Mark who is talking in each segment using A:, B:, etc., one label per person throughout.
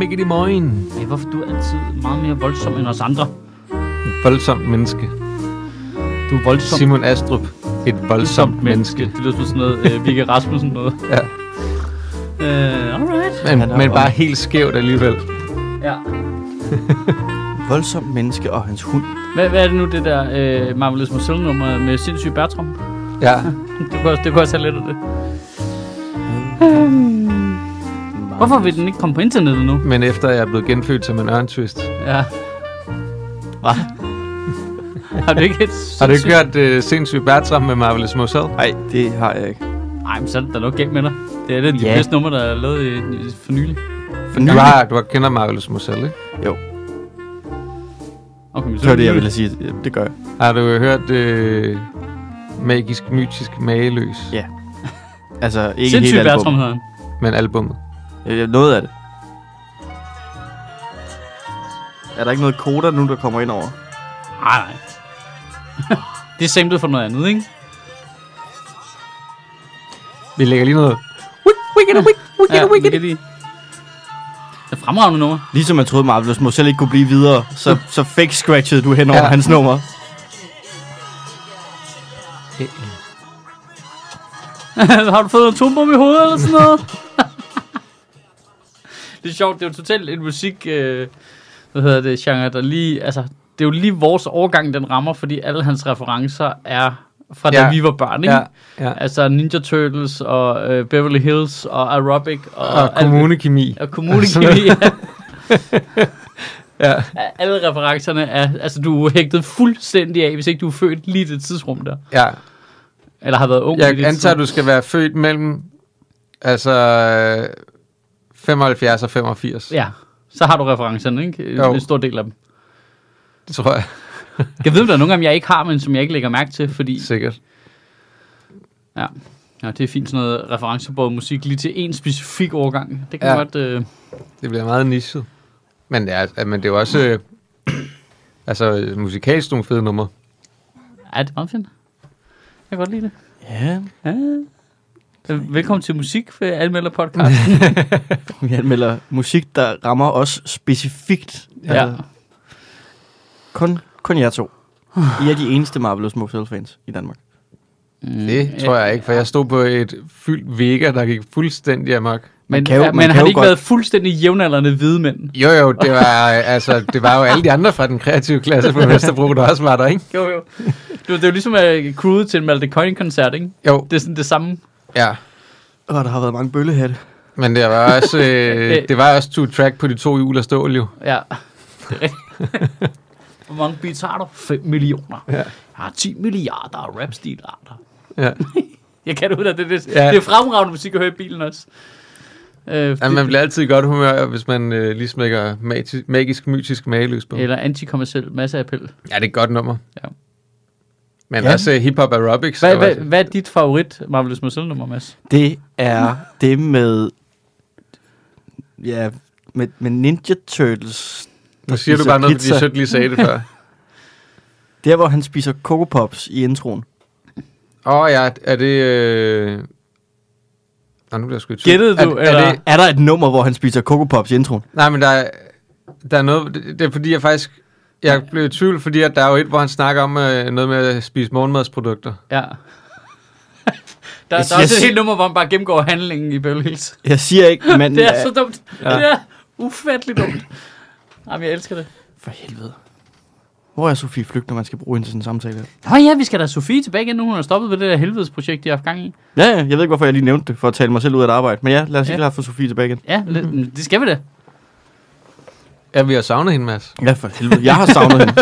A: sikkert i morgen.
B: Ej, hvorfor du er altid meget mere voldsom end os andre?
A: Voldsomt menneske.
B: Du er voldsom.
A: Simon Astrup. Et voldsomt menneske.
B: Det lyder som sådan noget øh, Vigge Rasmussen noget.
A: Ja.
B: Øh, alright.
A: Men,
C: Han er
A: men
C: om-
A: bare helt skævt alligevel.
B: Ja.
C: Voldsomt menneske og hans hund.
B: Hvad, hvad er det nu, det der øh, Marvelous Marcel nummer med sindssyg Bertram?
A: Ja.
B: Det kunne også, det kunne også have lidt af det. Hvorfor vil den ikke komme på internettet nu?
A: Men efter jeg er blevet genfødt som en ørntwist.
B: Ja.
C: Hva?
B: Har du ikke et
A: Har du ikke hørt uh, sindssygt Bertram med Marvelous Mosel?
C: Nej, det har jeg ikke.
B: Nej, men så er det da nok galt med dig. Det er det yeah.
C: Ja.
B: bedste nummer, der er lavet i, i, for nylig.
C: For
A: Du,
C: nylig.
A: har, du har kender Marvelous Mosel, ikke?
C: Jo,
B: Okay, men
C: det var det, jeg
B: nylig.
C: ville sige. Det gør jeg.
A: Har du hørt uh, Magisk Mytisk Mageløs?
C: Ja. Altså, ikke
B: Sindssyg
C: helt
B: Bertram
C: album.
B: hedder han.
A: Men albummet.
C: Øh, Noget af det. Er der ikke noget koder nu, der kommer ind over?
B: Nej, nej. det er samlet for noget andet, ikke?
A: Vi lægger lige noget.
B: Ja, det kan lige. Det er fremragende nummer.
C: Ligesom jeg troede, Marvelous Mosel ikke kunne blive videre, så, så fake scratchede du hen over
A: Ja.
C: ja. hans nummer.
B: har du fået en atombom i hovedet eller sådan noget? det er sjovt, det er jo totalt en musik, øh, hvad hedder det, genre, der lige, altså, det er jo lige vores årgang, den rammer, fordi alle hans referencer er fra ja.
A: Ja.
B: da vi var børn, ikke?
A: Ja,
B: Ja.
A: ja.
B: Altså Ninja Turtles og øh, Beverly Hills og Aerobic og, Altså,
A: Og
B: alt-
A: kommunekemi.
B: og kommunekemi. ja.
A: Ja.
B: Alle referencerne er, altså du er hægtet fuldstændig af, hvis ikke du er født lige i det tidsrum der.
A: ja.
B: Eller har været ung i det
A: Jeg antager,
B: tidsrum.
A: du skal være født mellem altså, øh, 75 og 85.
B: Ja, så har du referencerne, ikke? Jo.
A: Jo.
B: En stor del af dem.
A: Det tror jeg
B: Jeg ved, om der er nogle af dem, jeg ikke har, men som jeg ikke lægger mærke til, fordi
A: sikkert.
B: ja, ja, det er fint sådan noget referencebåret musik lige til en specifik årgang. Det kan ja.
A: Ja.
B: godt... Øh,
A: Det bliver meget nichet. Men, ja, altså, men det er jo også... Øh, altså, øh, musikalsk nogle fede numre.
B: ja, det er meget fint. Jeg kan godt lide det.
C: Ja,
B: Ja. Øh, Velkommen til Musik for Anmelder Podcast.
C: vi anmelder musik, der rammer os specifikt.
B: ja.
C: Altså, Kun, kun jer to. I er de eneste Marvelous Mosel fans i Danmark.
B: Mm,
A: Det tror jeg ikke, for jeg stod på et fyldt vega, der gik fuldstændig amok.
B: Men,
C: kan jo-
B: ja,
C: man
B: men
C: kan
B: har
C: jo
B: de ikke
C: godt-
B: været fuldstændig jævnaldrende hvide mænd?
A: Jo jo, det var, øh, altså, det var jo alle de andre fra den kreative klasse på Vesterbro, der også var der, ikke?
B: Jo, jo. Det, var- det er jo ligesom at cruise til en Malte Coyne-koncert, ikke?
A: Jo,
B: Det er sådan det samme.
A: ja.
C: Åh, der har været mange bøllehatte.
A: Men det var også, øh, det var også to track på de to hjul og stål jo.
B: Ja, det er rigtigt. Hvor mange beats har du? 5 millioner. Ja. Jeg har 10 milliarder rapstilarter.
A: Ja.
B: Jeg kan det ud af det. Det, ja.
A: Ja.
B: det er fremragende musik at høre i bilen også. Øh,
A: Ja,
B: det-
A: man bliver altid i godt humør, hvis man øh, lige smækker mati- magisk, mytisk mageløs på.
B: Eller antikommersiel masseappel.
A: Ja, det er et godt nummer.
B: Ja.
A: Men
C: Ja.
A: ja. også øh, hip-hop aerobics.
B: Hvad,
A: der var-
B: hvad, hvad er dit favorit Marvelous Marcel nummer, Mads?
C: Det er det med... Ja, med, med Ninja Turtles.
A: nu siger du
C: spiser
A: bare noget, fordi
C: pizza.
A: jeg sødt lige sagde det før.
C: Der, hvor han spiser Coco Pops i introen.
A: Åh oh, ja, er det... Øh... Nå, nu bliver jeg sgu i tvivl.
B: Gættede
A: er,
B: du,
A: er
B: eller?
A: Det...
C: Er der et nummer, hvor han spiser Coco Pops i introen?
A: Nej, men der er, der er noget... Det, det er fordi, jeg faktisk... Jeg blev i tvivl, fordi at der er jo et, hvor han snakker om øh, noget med at spise morgenmadsprodukter.
B: Ja. Der,
C: Jeg
B: der er også et
C: siger-
B: helt nummer, hvor man bare gennemgår handlingen i Beverly Hills.
C: Jeg siger ikke, men...
B: Det er så dumt. Ja.
A: Ja.
B: Det er ufatteligt dumt. Jamen, jeg elsker det.
C: For helvede. Hvor er Sofie Flygt, når man skal bruge hende til sådan en samtale? her?
B: Nå ja, vi skal da have Sofie tilbage igen nu. Hun har stoppet ved det der helvedes projekt, de har haft gang i.
C: Ja, ja, jeg ved ikke, hvorfor jeg lige nævnte det, for at tale mig selv ud af et arbejde. Men ja, lad os
B: Ja.
C: ikke lade få Sofie tilbage igen.
B: Ja, mm det skal vi da.
A: Ja, vi har savnet hende, Mads.
C: Ja, for helvede. Jeg har savnet hende.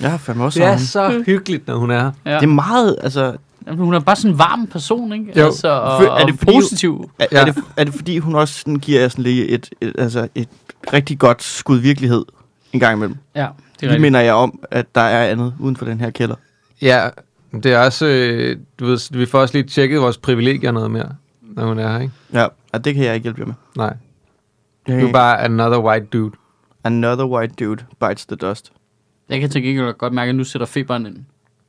C: Jeg har fandme også
A: Det er
C: savnet hende.
A: så hyggeligt, når hun er her.
B: Ja.
C: Det er meget, altså...
B: Jamen, hun er bare sådan en varm person, ikke?
A: Jo.
B: Altså, og,
C: Fø- er det
B: og
C: fordi-
B: positiv.
C: Er, ja.
A: Ja.
C: er, det, er det fordi, hun også sådan giver jer sådan lige et, et, altså et rigtig godt skud virkelighed en gang imellem?
B: Ja, det er
C: Det
B: rigtigt.
C: minder jeg om, at der er andet uden for den her kælder.
A: Ja, det er også... Øh, du ved, vi får også lige tjekket vores privilegier noget mere, når hun er her, ikke?
C: Ja, og det kan jeg ikke hjælpe jer med.
A: Nej,
C: Jeg
A: du er bare another white dude.
C: Another white dude bites the dust.
B: Jeg kan til gengæld godt mærke, at nu sætter feberen ind.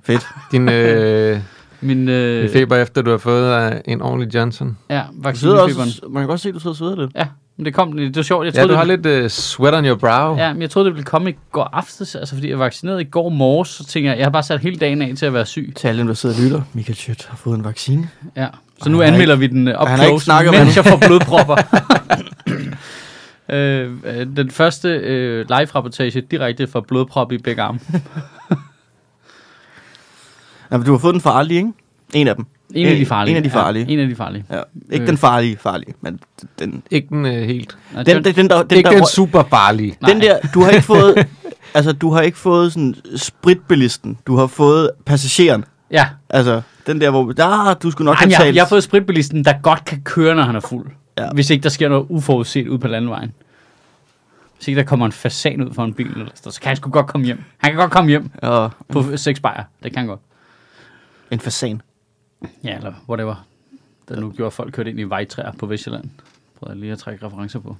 C: Fedt.
A: Din, øh,
B: Min, øh,
A: din feber efter, du har fået øh, en ordentlig Johnson.
B: ja,
C: Du sidder
B: vaccinefeberen.
C: også, man kan godt se, at du sidder og sveder lidt.
B: Ja, Men det kom den, det var sjovt. Jeg
A: Ja,
B: troede,
A: du har
B: det,
A: lidt øh, sweat on your brow.
B: ja, men jeg troede, det ville komme i går aftes, altså fordi jeg var vaccineret i går morges, så tænker jeg, jeg har bare sat hele dagen af til at være syg.
C: Til alle, dem, der sidder og lytter. Michael Schødt har fået en vaccine.
B: Ja. Så
C: Og
B: nu
C: han har
B: anmelder vi den øh, up
C: han har ikke
B: close,
C: snakket om
B: mens jeg
C: det.
B: får blodpropper. øh, øh, den første øh, live-rapportage direkte fra blodprop i begge arme.
C: Nej, men du har fået den farlige, ikke? En af dem.
B: En af de farlige.
C: En af de farlige.
B: Ja, en af de farlige.
C: Ja. Ikke
B: Øh.
C: den farlige, farlige, men den, den,
A: Ikke den øh, helt.
B: Nej,
C: den, den, den der, den,
A: ikke
C: der,
A: den
C: røg-
A: super farlige.
B: Nej.
C: den der, du har ikke fået, altså du har ikke fået sådan spritbilisten, du har fået passageren,
B: ja.
C: altså den der, hvor, ah, du skulle nok
B: Ej, men
C: have
B: jeg,
C: talt.
B: jeg har fået spritbilisten, der godt kan køre, når han er fuld. Ja.
C: Ja.
B: Hvis ikke der sker noget uforudset ude på landevejen. Hvis ikke der kommer en fasan ud fra en bil, eller sådan noget, så kan han sgu godt komme hjem. Han kan godt komme hjem
C: Og
B: på seks bajer. Det kan han godt.
C: en fasan.
B: Ja, eller whatever. Der nu gjorde at folk kørt ind i vejtræer på Vestjylland. Prøv lige at trække referencer på.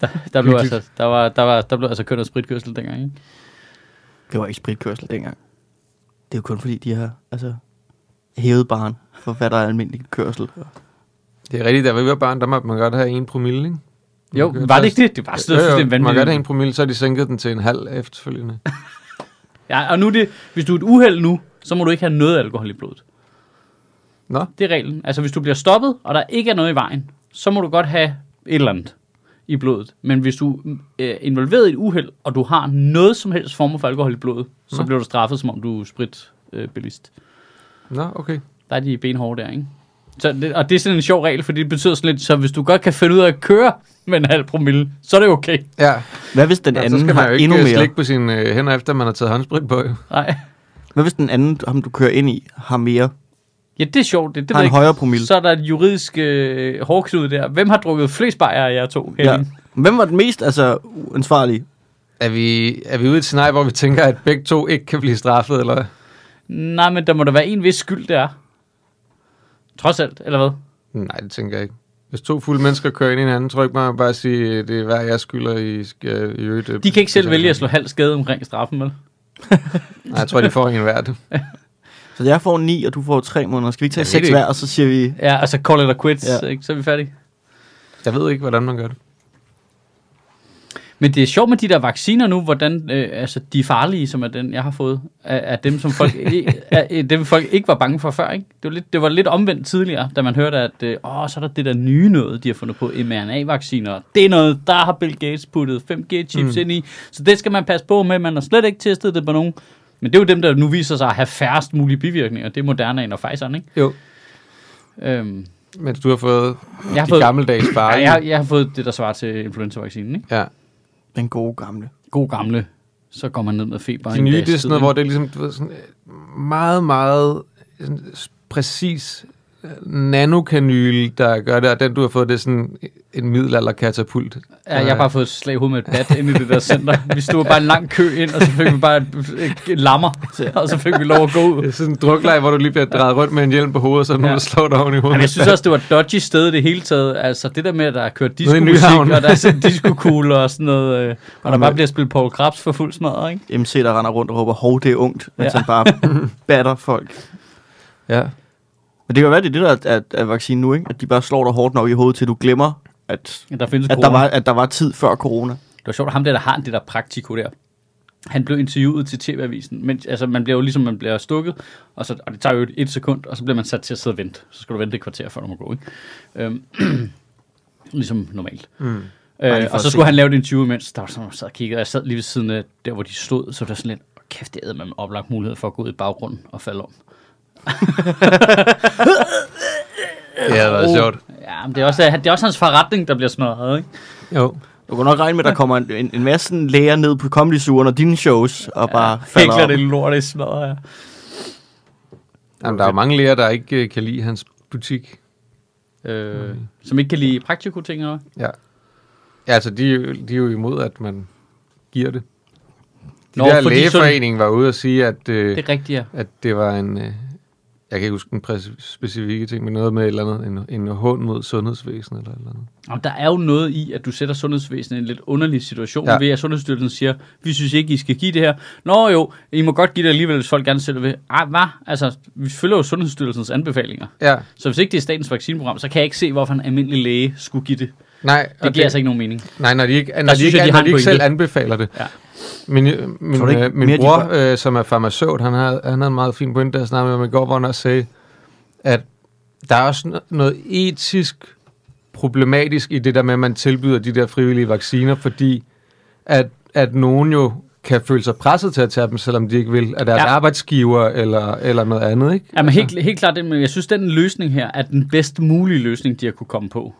B: der, der, blev
A: Hyggeligt.
B: altså, der, var, der, var, der blev altså kørt noget spritkørsel dengang, ikke?
C: Det var ikke spritkørsel dengang. Det er jo kun fordi, de har altså, hævet barn for, hvad der er almindelig kørsel.
A: Det er rigtigt, da vi var børn, der måtte man godt have en promille, ikke?
B: Jo,
A: Man kan
B: var det
A: tage-
B: ikke det? Det var sådan
A: Jo, jo,
B: noget
A: Man kan godt have
B: vanvittigt.
A: en promille, så har de sænket den til en halv efterfølgende.
B: Ja, og nu er det, hvis du er et uheld nu, så må du ikke have noget alkohol i blodet.
A: Nå,
B: Det er reglen. Altså, hvis du bliver stoppet, og der ikke er noget i vejen, så må du godt have et eller andet i blodet. Men hvis du mm, er involveret i et uheld, og du har noget som helst form for alkohol i blodet, så
A: Nå.
C: Mhm.
B: bliver du straffet, som om du er spritbilist.
A: nå, okay.
B: Der er de benhårde der, ikke? Så det, og det er sådan en sjov regel, fordi det betyder sådan lidt, så hvis du godt kan finde ud af at køre med en halv promille, så er det okay.
A: Ja,
C: Hvad hvis den
A: ja
C: anden
A: så skal man
C: har
A: jo ikke
C: endnu
A: øh,
C: mere?
A: slikke på sine øh, hænder, efter man har taget håndsprit på. jo.
B: Nej.
C: Hvad hvis den anden, ham du kører ind i, har mere?
B: Ja, det er sjovt. Det, det
C: har
B: ved
C: en
B: jeg
C: højere promille?
B: ikke. Så er der et juridisk øh, hårdknude der. Hvem har drukket flest bajer af jer to?
C: ja.
B: Henning?
C: Hvem var den mest altså, uansvarlige?
A: Er vi, er vi ude i et scenarie, hvor vi tænker, at begge to ikke kan blive straffet, eller hvad?
B: Nej, men der må da være en vis skyld, der er. Trods alt, eller hvad?
A: Nej, det tænker jeg ikke. Hvis to fulde mennesker kører ind i hinanden, tror jeg ikke, man kan bare sige, at det er hver jeg skylder i, skal- i øvrigt. øh,
B: De kan ikke selv
A: betale
B: vælge at
A: for
B: slå halv skade omkring straffen, vel?
A: det. Nej, jeg tror, de får en hver. Det.
C: Så jeg får 9, og du får 3 måneder. Skal vi ikke tage
A: Jeg ved
C: 6
A: det
C: hver, og så siger vi...
B: Ja, altså call it a quits, ja.
C: Ja.
B: ikke? så er vi færdige.
A: Jeg ved ikke, hvordan man gør det.
B: Men det er sjovt med de der vacciner nu, hvordan øh, altså de farlige, som er den, jeg har fået, er, er dem, som folk, i- er, er dem, folk ikke var bange for før. Ikke? Det, var lidt, det var lidt omvendt tidligere, da man hørte, at øh, åh, så er der det der nye noget, de har fundet på, mRNA-vacciner. Det er noget, der har Bill Gates puttet 5G-chips mm. ind i, så det skal man passe på med. Man har slet ikke testet det på nogen. Men det er jo dem, der nu viser sig at have færrest mulige bivirkninger. Det er Modernaen og Pfizer'en, ikke?
A: Jo.
B: Øhm,
A: Men du har fået
B: jeg, har
A: de fået...
B: fået,
A: gammeldags
B: ja,
A: bare.
B: jeg, har- jeg har fået det, der svarer til influenza-vaccinen, ikke?
A: ja.
C: Den gode gamle.
B: god gamle, så går man ned med feber.
A: De
B: en
A: nye,
B: øh, dags
A: det er
B: tid,
A: sådan noget,
B: ikke?
A: hvor det er ligesom du ved, sådan øh, meget, meget sådan s- præcis øh, nanokanyl, der gør det, og den, du har fået, det er sådan en middelalderkatapult.
B: Ja, jeg har bare fået et slag i hovedet med et bat inde i det der center. Vi stod bare en lang kø ind, og så fik vi bare et, et, et lammer, og så fik vi lov at gå ud.
A: Det er sådan en drukleje, hvor du lige bliver drejet rundt med en hjelm på hovedet, og så er der nogen,
B: Ja.
A: der slår dig oven i hovedet.
B: Men jeg synes også, det var et dodgy sted i det hele taget. Altså det der med, at der er kørt
A: Nede i
B: diskomusik,
A: Nyhavn.
B: og der er sådan diskokugle og sådan noget. øh, Og der
C: Jamen,
B: bare bliver spillet Paul Krabs for fuld smadret, ikke?
C: MC, der render rundt og råber, hov, det er ungt, mens
B: Ja.
C: ja. han bare batter folk.
A: Ja.
C: Men det kan være, det er det, der er, er, er vaccinen nu, ikke? At de bare slår dig hårdt nok i hovedet, til du glemmer, at,
B: Ja, der findes
C: at,
B: corona.
C: der, var, at der var tid før corona.
B: Det var sjovt, ham der, der har det der praktiko der, han blev interviewet til TV-avisen, men altså, man bliver jo ligesom, man bliver stukket, og, så, og det tager jo et, et sekund, og så bliver man sat til at sidde og vente. Så skal du vente et kvarter, før du må gå, ikke? Øhm, ligesom normalt.
A: Mm.
C: Bare
B: Øh,
C: lige for
B: og
C: at
B: så
C: se.
B: skulle han lave det interview, mens der var sådan, jeg sad og kiggede, og jeg sad lige ved siden af der, hvor de stod, så var der sådan lidt, "Åh, kæft, det er man oplagt mulighed for at gå ud i baggrunden og falde om.
A: Det har været
B: Åh,
A: sjovt.
B: Ja, men
C: Ah.
B: det er, også, det er også hans forretning, der bliver smadret, ikke?
A: Jo.
C: Du kan nok regne med, at der kommer en, en, en masse læger ned på Comedy Zoo under dine shows, og bare ja, falder
B: Hækler
C: om.
B: det lort, det smadret, ja.
A: Jamen, der er jo mange læger, der ikke øh, kan lide hans butik.
B: Øh,
A: Mm.
B: Som ikke kan lide praktiko-ting, eller hvad?
A: Ja. Ja, altså, de, er jo- de er jo imod, at man giver det. De
B: Nå,
A: Nå, der
B: fordi
A: lægeforening var ude og sige, at, øh,
B: Det er rigtigt, ja.
A: at det var en... Øh, jeg kan ikke huske den præcis- specifikke ting, men noget med et eller andet, en, en hånd mod sundhedsvæsenet eller et eller andet.
B: Jamen, der er jo noget i, at du sætter sundhedsvæsenet i en lidt underlig situation, ja.
A: Ja.
B: ved at Sundhedsstyrelsen siger, vi synes ikke, I skal give det her. Nå jo, I må godt give det alligevel, hvis folk gerne selv vil. Ej, hvad? Altså, vi følger jo Sundhedsstyrelsens anbefalinger.
A: Ja,
B: Så hvis ikke det er statens vaccineprogram, så kan jeg ikke se, hvorfor en almindelig læge skulle give det.
A: Nej, og
B: Det giver altså ikke nogen mening.
A: nej, når de ikke, når de
B: synes
A: ikke,
B: jeg, de
A: de
B: har
A: når de
B: en
A: ikke selv
B: pointe.
A: anbefaler det.
B: Ja.
A: Min, øh, min,
C: Tror du ikke
A: øh, min
C: mere, de
A: bror,
C: får-
A: øh, som er farmaceut, han havde, han havde en meget fin pointe, der jeg snakkede om i går, hvor han også sagde, at der er også no- noget etisk problematisk i det der med, at man tilbyder de der frivillige vacciner, fordi at, at nogen jo kan føle sig presset til at tage dem, selvom de ikke vil, af deres
B: Ja.
A: ja. arbejdsgiver eller, eller noget andet, ikke?
B: Jamen helt, helt klart, det, altså- men jeg synes, den løsning her er den bedst mulige løsning, de har kunne komme på.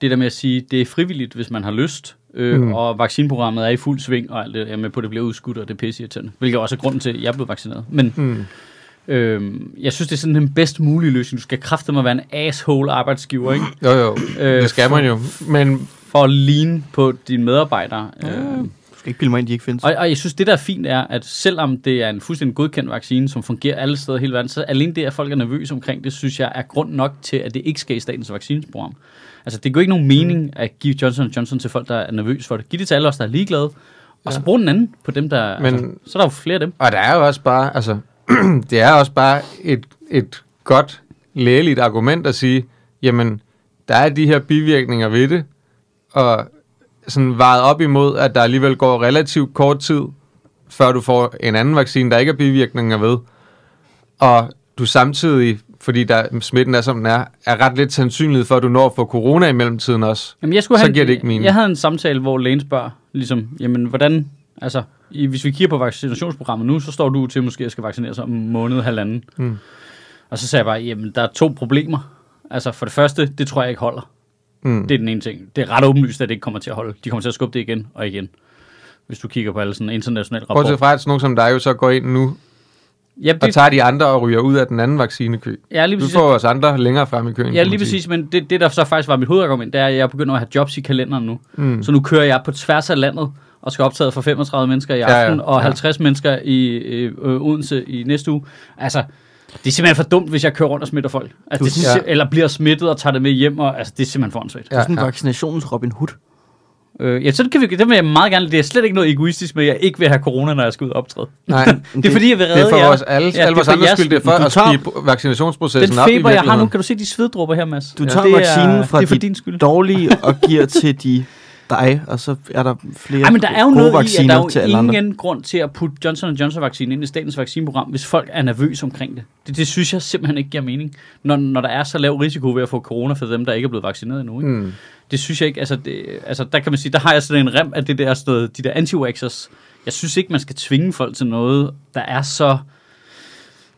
B: Det der med at sige, det er frivilligt, hvis man har lyst, øh, mm.
A: Mm.
B: og vaccineprogrammet er i fuld sving, og alt det, jeg er med på, at det bliver udskudt, og det er pisseirriterende. Hvilket også er grunden til, at jeg blev vaccineret. Men
A: Mm.
B: øh, jeg synes, det er sådan den bedst mulige løsning. Du skal kræfte at være en asshole arbejdsgiver, ikke?
A: Jo, jo,
B: Øh,
A: øh, det skal man jo. Men
B: For at ligne på dine medarbejdere. Øh,
C: Du skal ikke bilde mig ind, de ikke findes.
B: Og, og jeg synes, det der er fint er, at selvom det er en fuldstændig godkendt vaccine, som fungerer alle steder i hele verden, så alene det, at folk er nervøse omkring det, synes jeg er grund nok til, at det ikke skal i statens vaccinesprogram. Altså, det gør ikke nogen mening at give Johnson Johnson til folk, der er nervøse for det. Giv det til alle os, der er ligeglade, og så brug den anden på dem, der... Men,
A: Men-
B: altså, så er der jo flere af dem.
A: Og der er jo også bare, altså, det er også bare et, et godt lægeligt argument at sige, jamen, der er de her bivirkninger ved det, og sådan vejet op imod, at der alligevel går relativt kort tid, før du får en anden vaccine, der ikke er bivirkninger ved, og du samtidig, fordi der, smitten er, som den er, er ret lidt sandsynlighed for, at du når at få corona i mellemtiden også.
B: Jamen, jeg skulle
A: Så
B: have en-
A: giver det ikke mening.
B: Jeg havde en samtale, hvor lægen spørger, ligesom, jamen, hvordan... Altså, i, hvis vi kigger på vaccinationsprogrammet nu, så står du til, at måske jeg skal vaccinere sig om en måned, halvanden.
A: Mm.
B: Og så sagde jeg bare, jamen, der er to problemer. Altså, for det første, det tror jeg ikke holder.
A: Mm.
B: Det er den ene ting. Det er ret åbenlyst, at det ikke kommer til at holde. De kommer til at skubbe det igen og igen. Hvis du kigger på alle sådan internationale rapporter.
A: Bortset fra, at sådan nogen som dig jo så går ind nu,
B: Ja,
A: og
B: det,
A: tager de andre og ryger ud af den anden vaccinekø.
B: ja, lige
A: Du
B: præcis.
A: får os andre længere frem i køen.
B: Ja,
A: kan man
B: lige
A: sige.
B: præcis, men det, det, der så faktisk var mit hovedargument, det er, at jeg begynder at have jobs i kalenderen nu. Mm. Så nu kører jeg på tværs af landet og skal optage for 35 mennesker i
A: ja,
B: aften, ja, ja, og
A: ja.
B: 50 mennesker i øh, øh, Odense i næste uge. Altså, det er simpelthen for dumt, hvis jeg kører rundt og smitter folk. Altså,
C: Du-
B: det, er
A: Ja.
B: sim- Eller bliver smittet og tager det med hjem, og altså, det er simpelthen for åndssvagt.
C: Det er sådan en
A: Ja, ja.
C: vaccinationens Robin Hood.
B: Øh, ja, så kan vi, det vil jeg meget gerne. Det er slet ikke noget egoistisk med, at jeg ikke vil have corona, når jeg skal ud og optræde.
A: Nej,
B: Det er fordi, jeg vil redde
A: det er for
B: jer.
A: vores alle,
B: Ja,
A: ja, alle
B: det er
A: vores
B: for
A: andres
B: jeres
A: skyld. Det er for
C: skyld. Du
A: at
C: tager-
A: skibe vaccinationsprocessen
B: Den
A: op i
B: feber, jeg har nu,
A: virkeligheden.
B: kan du se de sveddrupper her, Mads?
C: Du tager
B: det er- øh,
C: vaccinen fra
B: det er for
C: dit
B: din skyld.
C: Dårlige og giver til de dig, og så er der flere
B: Ej, men der er jo
C: gode
B: noget i, at
C: vacciner
B: der er jo
C: til alle
B: ingen
C: andre.
B: grund til at putte Johnson Johnson-vaccinen ind i statens vaccineprogram, hvis folk er nervøse omkring det. det. Det synes jeg simpelthen ikke giver mening, når, når der er så lav risiko ved at få corona for dem, der ikke er blevet vaccineret endnu. Ikke?
A: Mm.
B: Det synes jeg ikke, altså, det, altså der kan man sige, der har jeg sådan en rem af det der, sådan noget, de der anti -vaxxers. Jeg synes ikke, man skal tvinge folk til noget, der er så,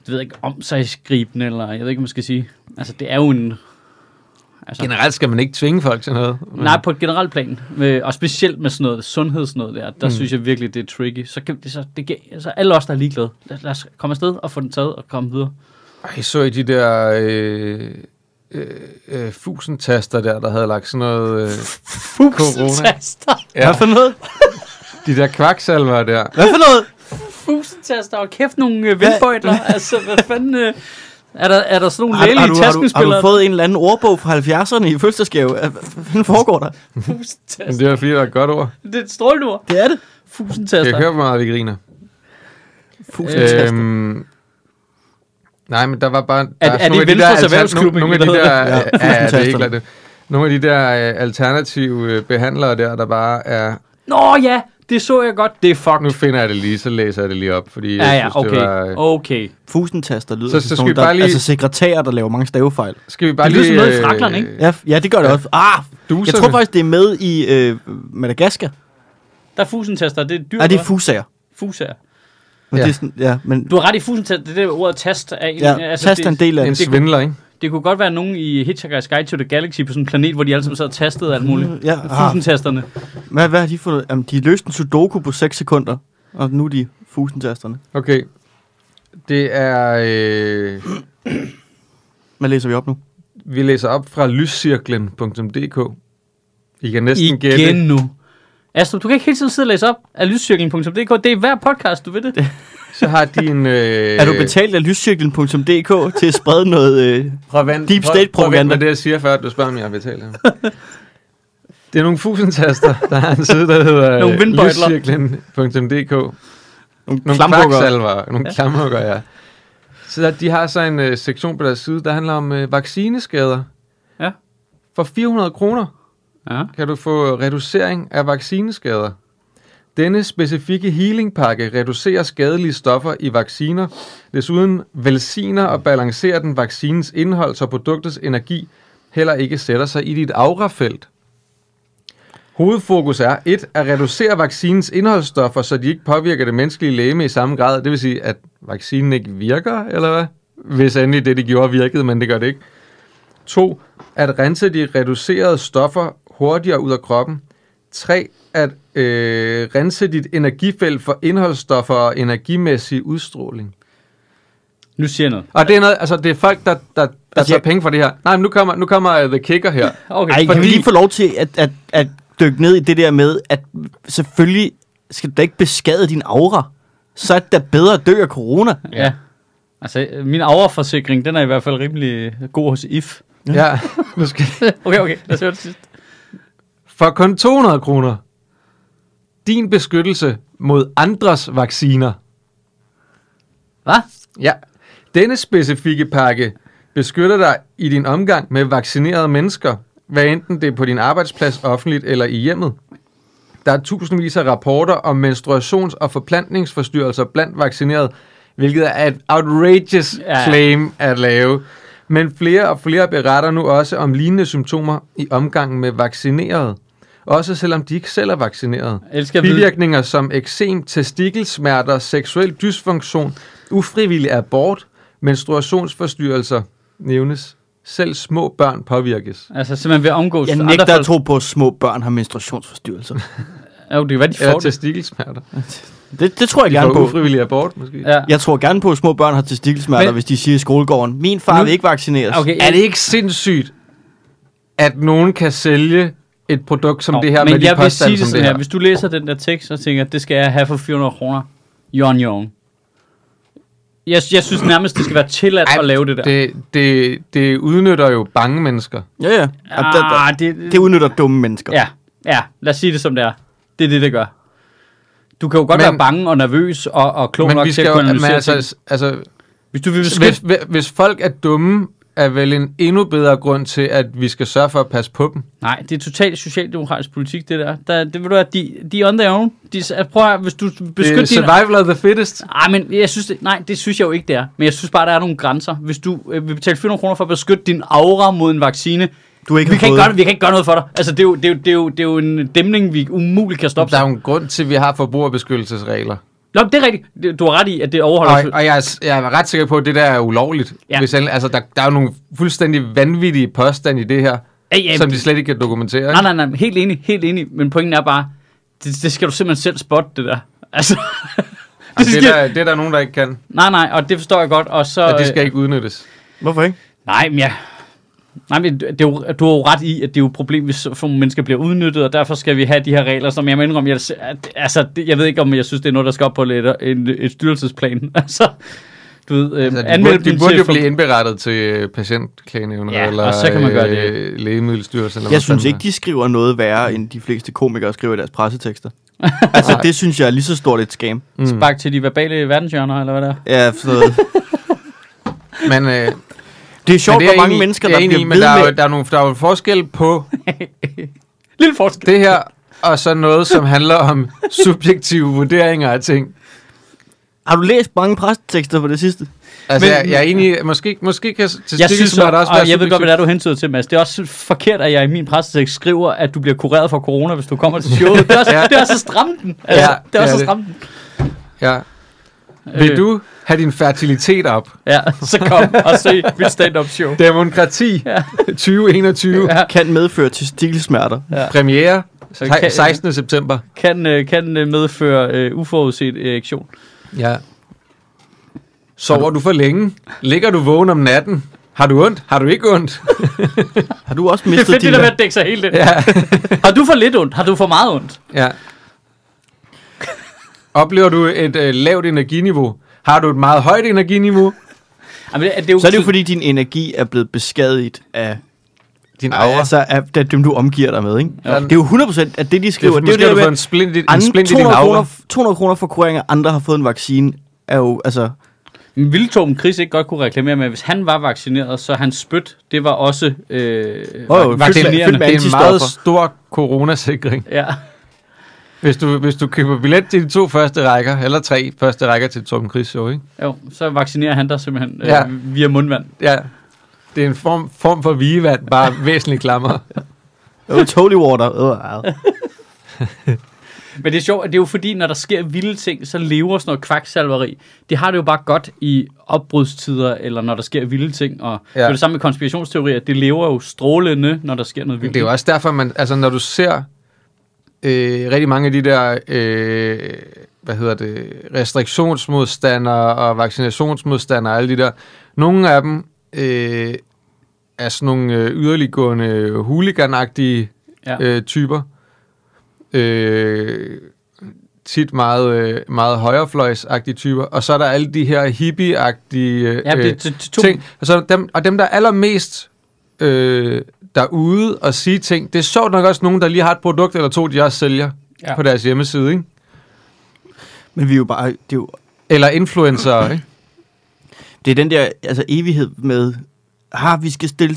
B: jeg ved ikke, om sig skribende, eller jeg ved ikke, hvad man skal sige. Altså det er jo en... Altså,
A: Generelt skal man ikke tvinge folk til noget. men-
B: Mm. Nej, på et generelt plan. Med, og specielt med sådan noget sundhedsnød der, der mm. synes jeg virkelig, det er tricky. Så, kan, det, så, det, gi- altså, alle os, der er ligeglade, lad, lad os komme afsted og få den taget og komme videre.
A: Mm. Ej, så i de der øh, øh, øh, fusentaster der, der havde lagt sådan noget... Øh,
B: Fusentaster!
A: ja,
C: for noget?
A: de der kvaksalver der.
C: Hvad for noget?
B: Fusentaster! Og kæft, nogle øh, vindbøjtler. altså, hvad fanden... Øh, er, der, er der sådan nogle
C: Har, har,
B: lægelige
C: du, har, du, har
B: taskenspillere?
C: du fået en eller anden ordbog fra 70'erne i fødselsdagsgave? Hvad hvad foregår der?
A: Men
B: Fusentaster.
A: det var fordi, der er et godt ord.
B: Det er et strålnur.
C: Det er det.
A: Kan jeg
B: Fusentaster.
A: høre, hvor meget vi griner?
C: Fusentaster.
A: Øhm, nej, men der var bare... Der
B: Er- er
A: sådan
B: det
A: nogle af de
B: Venstres
A: der altern-
B: Erhvervsklub,
A: Nogle, nogle af de
B: eller hvad
A: der...
B: hedder
A: Ja,
C: det? Ja,
A: ja, det er ikke
C: fusentaster.
A: lagt det. Nogle af de der øh, alternative øh, behandlere der, der bare er...
B: Nå ja, det så jeg godt. Det er
A: Nu
B: fucked.
A: finder jeg det lige, så læser jeg det lige op, fordi
B: Ja,
A: jeg
B: ja,
A: synes, det var...
B: okay. Okay.
C: Fusentaster lyder
A: Så-
C: som
A: så
C: sådan
A: skal vi
C: nogle, der,
A: bare lige-
C: Altså sekretærer, der laver mange stavefejl.
A: Skal vi bare
B: Det lyder
A: lige... øh,
B: som noget i Fraklerne, ikke?
C: Ja, f- ja det gør det
A: Ja.
C: også. Ah, jeg
A: Duserne.
C: tror faktisk, det er med i øh, Madagaskar.
B: Der er fusentaster. Det er dyrt.
C: Nej, det er fusager.
B: fusager.
C: Men
A: Ja.
C: det er sådan, ja, men
B: Du har ret i fusentast, det der ordet tast er en,
C: ja, altså, tast er en
B: det,
C: del af
A: En
C: det.
A: svindler, ikke?
B: det kunne godt være nogen i Hitchhiker's Guide to the Galaxy på sådan en planet, hvor de alle sammen sad og tastede alt muligt.
C: Mm, ja.
B: Ah. Fusentasterne.
C: Hvad, hvad har de fundet? Jamen, de løste en sudoku på 6 sekunder, og nu er de fusentasterne.
A: Okay. Det er... Øh,
C: Hvad læser vi op nu?
A: vi læser op fra lyscirklen.dk. I kan næsten
B: Igen
A: gætte.
B: nu. Astrup, du kan ikke hele tiden sidde og læse op af lyscirklen.dk. Det er hver podcast, du ved det.
A: Så har de en... Øh,
C: Øh. Er du betalt af lyscirklen.dk til at sprede noget... Øh,
A: Prøv at vente-
C: Deep
A: prøv-
C: state
A: Prøv at vente
C: propaganda.
A: med det, jeg siger, før du spørger, om jeg har betalt ham. Det er nogle fusentaster, der har en side, der hedder
B: Nogle
A: øh,
B: vindbøjtler.
A: lyscirklen.dk.
C: nogle
A: Nogle
C: klambukker?
A: kvaksalver, nogle klamhugger, ja. Så der- de har så en øh, sektion på deres side, der handler om øh, vaccineskader.
B: Ja.
A: For 400 kroner
B: Ja.
A: kan du få øh, reducering af vaccineskader. Denne specifikke healingpakke reducerer skadelige stoffer i vacciner, desuden velsigner og balancerer den vaccinens indhold, så produktets energi heller ikke sætter sig i dit aurafelt. Hovedfokus er 1. At reducere vaccinens indholdsstoffer, så de ikke påvirker det menneskelige lægeme i samme grad. Det vil sige, at vaccinen ikke virker, eller hvad? Hvis endelig det, de gjorde, virkede, men det gør det ikke. 2. At rense de reducerede stoffer hurtigere ud af kroppen. 3. At øh, rense dit energifelt for indholdsstoffer og energimæssig udstråling.
B: Nu siger jeg noget.
A: Og det er, noget, altså, det er folk, der, der, der
C: Altså,
A: tager
C: jeg-
A: penge for det her. Nej, men nu kommer, nu kommer øh, The Kicker her.
B: Okay.
C: Ej, kan vi
A: fordi-
C: lige få lov til at, at, at dykke ned i det der med, at selvfølgelig skal du da ikke beskade din aura. Så er det da bedre at dø af corona.
B: Ja. Altså, øh, min aura-forsikring, den er i hvert fald rimelig øh, god hos IF.
A: ja, nu skal
B: Okay, okay, lad os høre det sidste.
A: For kun 200 kroner. Din beskyttelse mod andres vacciner.
B: Hvad?
A: Ja. Denne specifikke pakke beskytter dig i din omgang med vaccinerede mennesker, hvad enten det er på din arbejdsplads, offentligt eller i hjemmet. Der er tusindvis af rapporter om menstruations- og forplantningsforstyrrelser blandt vaccinerede, hvilket er et outrageous
B: Ja.
A: claim at lave. Men flere og flere beretter nu også om lignende symptomer i omgangen med vaccinerede. Også selvom de ikke selv er vaccinerede.
B: Jeg elsker at vide,
A: Bivirkninger som eksem, testikkelsmerter, seksuel dysfunktion, ufrivillig abort, menstruationsforstyrrelser nævnes. Selv små børn påvirkes.
B: altså simpelthen ved at omgås
C: Jeg
B: andre
C: nægter at
B: folk.
C: tro på, at små børn har menstruationsforstyrrelser.
B: Ja, jo, det kan være, de får
A: Eller
B: det.
A: testikkelsmerter.
C: Det, det tror jeg
A: De
C: gerne
A: får
C: på.
A: ufrivillig abort, måske.
B: Ja.
C: Jeg tror gerne på, at små børn har testikkelsmerter,
B: Men-
C: hvis de siger i skolegården, min far
B: Nu-
C: vil ikke vaccineres.
B: Okay,
A: Er det ikke sindssygt, at nogen kan sælge et produkt som
B: Nå,
A: det her
B: men
A: med de
B: jeg vil sige
A: påstande
B: det
A: som
B: sådan
A: det
B: her.
A: her?
B: Hvis du læser den der tekst og tænker, det skal jeg have for 400 kroner, Jon Jon. Jeg, jeg synes nærmest, det skal være tilladt
A: Ej,
B: at lave det der.
A: Det, det, det udnytter jo bange mennesker.
C: Ja, ja. Ah, der, der,
B: ah, det,
C: det udnytter dumme mennesker.
B: ja, ja, lad os sige det som det er. Det er det, det gør. Du kan jo godt
A: Men-
B: men, være bange og nervøs og, og klog
A: Men
B: nok
A: vi
B: til
A: skal
B: at
A: jo,
B: kunne
A: men
B: analysere ting.
A: altså, altså,
B: Hvis du vil
A: hvis,
B: beskytte...
A: hvis, hvis folk er dumme, er vel en endnu bedre grund til, at vi skal sørge for at passe på dem.
B: Nej, det er totalt socialdemokratisk politik, det der. der det ved du hvad, de, de er on their own. De, altså, prøv at, høre, hvis du
A: Det er
B: beskytter din
A: survival of the fittest.
B: Ej, men jeg synes, det, nej, det synes jeg jo ikke, det er. Men jeg synes bare, der er nogle grænser. Hvis du øh, vil betale 400 kroner for at beskytte din aura mod en vaccine,
C: Du ikke
B: vi
C: har
B: kan, ikke
C: fået-
B: gøre, det- vi kan ikke gøre noget for dig. Altså, det er jo, det er jo, det er jo, det er jo en dæmning, vi umuligt kan stoppe.
A: Der er jo
B: sig.
A: en grund til, at vi har forbrugerbeskyttelsesregler.
B: Nå, det er rigtigt. Det- Du har ret i, at det
A: Og,
B: overholder...
A: og jeg, er, s- jeg er ret sikker på, at det der er ulovligt. Ja.
B: Ja.
A: Hvis, endelig- altså, der, der er jo nogle fuldstændig vanvittige påstande i det her,
B: Ja, ja,
A: som de slet ikke kan dokumentere. ikke?
B: Nej, nej, nej. Helt enig, helt enig. Men pointen er bare, det, det skal du simpelthen selv spotte, det der. Altså...
A: Og det,
B: skal,
A: er der, det er der nogen, der ikke kan,
B: Nej, nej, og det forstår jeg godt, og så...
A: og det
B: øh,
A: skal ikke udnyttes.
C: Hvorfor ikke?
B: Nej, men ja. Nej, men det er jo, du har jo ret i, at det er jo et problem, hvis så nogle mennesker bliver udnyttet, og derfor skal vi have de her regler, som jeg må indrømme, jeg, at- altså, det, jeg ved ikke, om jeg synes, det er noget, der skal op på lidt, øh, en, et styrelsesplan. altså, du ved, øh,
A: Altså,
B: altså,
A: de, burde,
B: anmeld
A: de
B: dem
A: burde jo
B: til...
A: blive indberettet til øh, patientklagenævnet
B: Ja,
A: eller
B: og så kan man gøre det.
A: Øh, lægemiddelstyrelsen. eller hvad
C: Jeg synes
A: fanden
C: ikke, de skriver noget værre, end de fleste komikere skriver i deres pressetekster. altså, det synes jeg er lige så stort et scam.
A: Mm.
B: Spark til de verbale verdenshjørner, eller hvad der.
C: Ja, sådan noget.
A: det er. Men, øh,
C: det er sjovt,
A: men det er
C: hvor mange
A: enig i-
C: mennesker,
A: det er
C: der
A: enig i,
C: bliver
A: men der er,
C: ved
A: jo,
C: med...
A: der, er nogle, der er jo forskel på
B: Lille forskel.
A: det her, og så noget, som handler om subjektive vurderinger af ting.
C: Har du læst mange pressetekster på det sidste?
A: Altså,
B: Men-
A: jeg, jeg er enig, i- måske, måske kan til
B: Jeg synes,
A: det
B: og,
A: også
B: og
A: være
B: jeg ved godt, hvad
A: subjektivt.
B: det er, du hentyder til, Mads. Det er også forkert, at jeg i min pressetekst skriver, at du bliver kureret for corona, hvis du kommer til showet. Det er også,
A: Ja.
B: ja. det er også at stramme den. Altså,
A: Ja,
B: ja, det er også
A: det
B: at
A: er
B: stramme den.
A: Ja. Vil du have din fertilitet op?
B: Øh. Ja, så kom og se mit stand-up show.
A: Demokrati
B: Ja.
A: 2021.
B: Ja.
C: Kan medføre testikkelsmerter.
A: Premiere
B: Så
A: te-
B: kan-
A: 16. september.
B: kan, øh, kan øh, medføre øh, uforudset erektion.
A: Ja. Sover du for længe? Ligger du vågen om natten? Har du ondt? Har du ikke ondt?
C: Har du også
B: Det er
C: mistet
B: fedt, det der med
C: dine...
B: at dække sig helt ind. Ja.
A: Ja.
B: Har du for lidt ondt? Har du for meget ondt?
A: ja. Oplever du et øh, lavt energiniveau? Har du et meget højt energiniveau?
B: Jamen, det, det er jo
C: Så er det jo
B: fordi...
C: fordi, din energi er blevet beskadiget af
A: Din aura.
C: Aura.
A: Altså,
C: Altså, af af dem, du omgiver dig med, ikke?
A: Ja.
C: Ja. Det er jo 100% at det, de
A: det er,
C: skriver.
A: måske
C: Det, det
A: har
C: er
A: du
C: jo det,
A: fået
C: der
A: en
C: med,
A: splint, i- en
C: anden
A: splint i din
C: 200
A: aura.
C: kroner, 200 kroner for kureringer, andre har fået en vaccine, er jo, altså...
B: Men Ville Torben Chris ikke godt kunne reklamere med, at hvis han var vaccineret, så hans spyt, det var også øh,
C: jo, fyldt med- fyldt med-
A: Det er en meget
C: Antistoffer.
A: stor coronasikring.
B: Ja.
A: Hvis du, hvis du køber billet til de to første rækker, eller tre første rækker til Torben Chris show, ikke?
B: Jo, så vaccinerer han dig simpelthen øh,
A: Ja.
B: via mundvand.
A: Ja. Det er en form, form for vigevand, bare væsentligt klammer.
C: Oh, totally water. Øh, øh.
B: Men det er sjovt, at det er jo fordi, når der sker vilde ting, så lever sådan noget kvaksalveri. Det har det jo bare godt i opbrudstider, eller når der sker vilde ting. Og ja. det er det samme med konspirationsteorier. Det lever jo strålende, når der sker noget vildt.
A: Det er jo også derfor, man, altså når du ser øh, rigtig mange af de der, øh, hvad hedder det, restriktionsmodstandere og vaccinationsmodstandere, alle de der, nogle af dem øh, er sådan nogle øh, yderliggående huliganagtige
B: Ja.
A: ja. øh, typer. Øh, tit meget, øh, meget højrefløjsagtige typer. Og så er der alle de her hippieagtige øh,
B: Ja, det er
A: øh,
B: t- t- to-
A: ting. Og, så dem, og dem, der er allermest øh, derude og sige ting, det er sjovt nok også nogen, der lige har et produkt eller to, de også sælger
B: Ja.
A: ja. på deres hjemmeside, ikke?
C: Men vi er jo bare... Det er, jo,
A: Eller influencer, ikke?
C: det er den der altså, evighed med... Ah, vi skal stille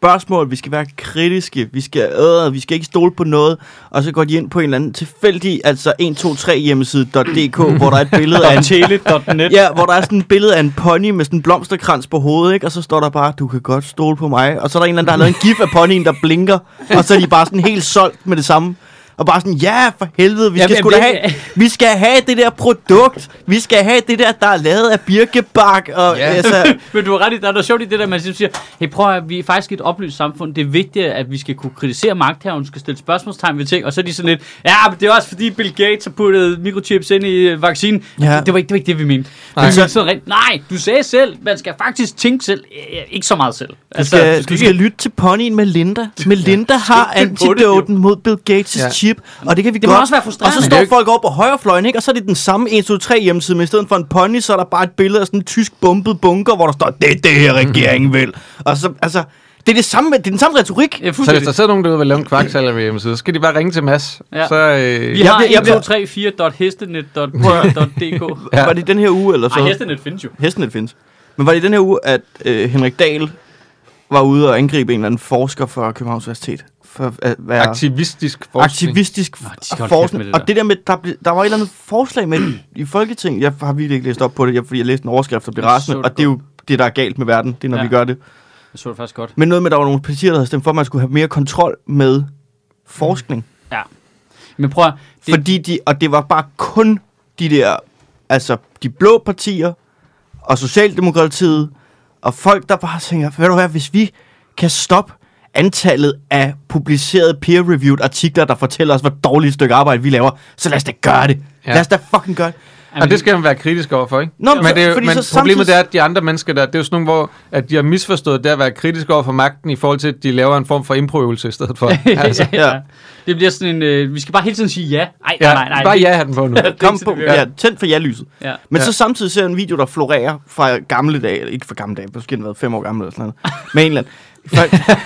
C: spørgsmål, vi skal være kritiske, vi skal, øh, vi skal ikke stole på noget, og så går de ind på en eller anden tilfældig, altså 123 hjemmeside.dk, hvor der er et billede af en
B: Tele.net.
C: Ja, hvor der er sådan et billede af en pony med sådan en blomsterkrans på hovedet, ikke? Og så står der bare, du kan godt stole på mig. Og så er der en eller anden, der har lavet en gif af ponyen, der blinker. Og så er de bare sådan helt solgt med det samme. Og bare sådan, ja, for helvede, vi skal,
B: Jamen,
C: Jamen, da
B: jeg
C: have,
B: ved-
C: vi skal have det der produkt. Vi skal have det der, der er lavet af birkebak. Og,
A: Ja.
C: ja. altså,
B: Men du har ret i, der er noget sjovt i det der, man ligesom siger, hey, prøv at høre, vi er faktisk et oplyst samfund, det er vigtigt, at vi skal kunne kritisere magthaverne, skal stille spørgsmålstegn ved ting, og så er de sådan lidt, ja, men det er også fordi Bill Gates har puttet mikrochips ind i øh, vaccinen. Ja.
C: Ja.
B: Det, var ikke, det var ikke det, vi mente.
A: Nej.
B: Nej. Så, sådan rent, nej, du sagde selv, man skal faktisk tænke selv, Ja, ja, ikke så meget selv. Altså,
C: du, skal, du skal lytte til ponyen med Linda. Melinda har
B: tænke på det, jo.
C: antidoten mod Bill Gates'
A: Ja.
C: chip, og det kan vi
B: Det må
C: godt.
B: også være
C: Og
B: frustrerende.
C: så
A: Det er
C: står
A: ikke-
C: folk over på højrefløjen, ikke? Og så er det den samme 123 hjemmeside, men i stedet for en pony, så er der bare et billede af sådan en tysk bombet bunker, hvor der står, det er det her regeringen vil. Og så, altså, det er, det samme, det er den samme
A: Så
B: Ja,
C: retorik.
A: hvis der
B: fuldstændig.
A: sidder nogen derude og vil lave en kvaksalver hjemmeside, så skal de bare ringe til Mads.
B: Ja.
A: Ja. Så, øh,
B: Vi har
C: Jeg bliver- jeg
B: 1234.hestenet.dk.
C: Ja. Var det i den her uge, eller så?
B: Ej, hestenet findes jo.
C: Hestenet findes. Men var det i den her uge, at øh, Henrik Dahl var ude og angribe en eller anden forsker fra Københavns Universitet? For at være
A: aktivistisk forskning.
C: aktivistisk
B: Nå, de skal holde kæft
C: forskning.
B: med det
C: og
B: der.
C: det der med, der, blev, der var et eller andet forslag med det i Folketinget. Jeg har virkelig ikke læst op på det, jeg, fordi jeg læste en overskrift og blev
B: Jeg så
C: rasende.
B: det
C: Og det er jo det, der er galt med verden, det er, når
B: Ja.
C: ja. vi gør det.
B: Jeg så det faktisk godt.
C: Men noget med, at der var nogle partier, der havde stemt for, at man skulle have mere kontrol med forskning.
B: Ja. Men prøv at,
C: Det... Fordi de, og det var bare kun de der, altså de blå partier og Socialdemokratiet og folk, der bare tænker, ved du hvad, hvis vi kan stoppe antallet af publicerede peer-reviewed artikler, der fortæller os, hvor dårligt et stykke arbejde vi laver, så lad os da gøre det.
A: Ja.
C: Ja. Lad os da fucking gøre det.
A: Og det skal man være kritisk overfor, ikke?
C: Nå, men så-
A: men det er, jo-
C: fordi
A: men
C: så
A: problemet
C: samtidig-
A: det er, at de andre mennesker der, det er jo sådan nogle, hvor at de har misforstået det at være kritisk over for magten i forhold til, at de laver en form for improøvelse i stedet for. altså,
B: altså, ja.
C: ja.
B: Det bliver sådan en, øh, vi skal bare hele tiden sige ja. Ej, ja,
A: ja,
B: nej, nej.
A: bare
B: det-
A: ja den på nu.
B: Det er ikke
C: Kom
B: sådan,
C: på,
B: det virker.
C: ja, tænd for ja-lyset.
B: Ja.
C: Men
A: Ja.
C: så samtidig ser jeg en video, der florerer fra gamle dage, eller ikke fra gamle dage, måske den har været fem år gammel eller sådan noget, med en eller anden. Folk,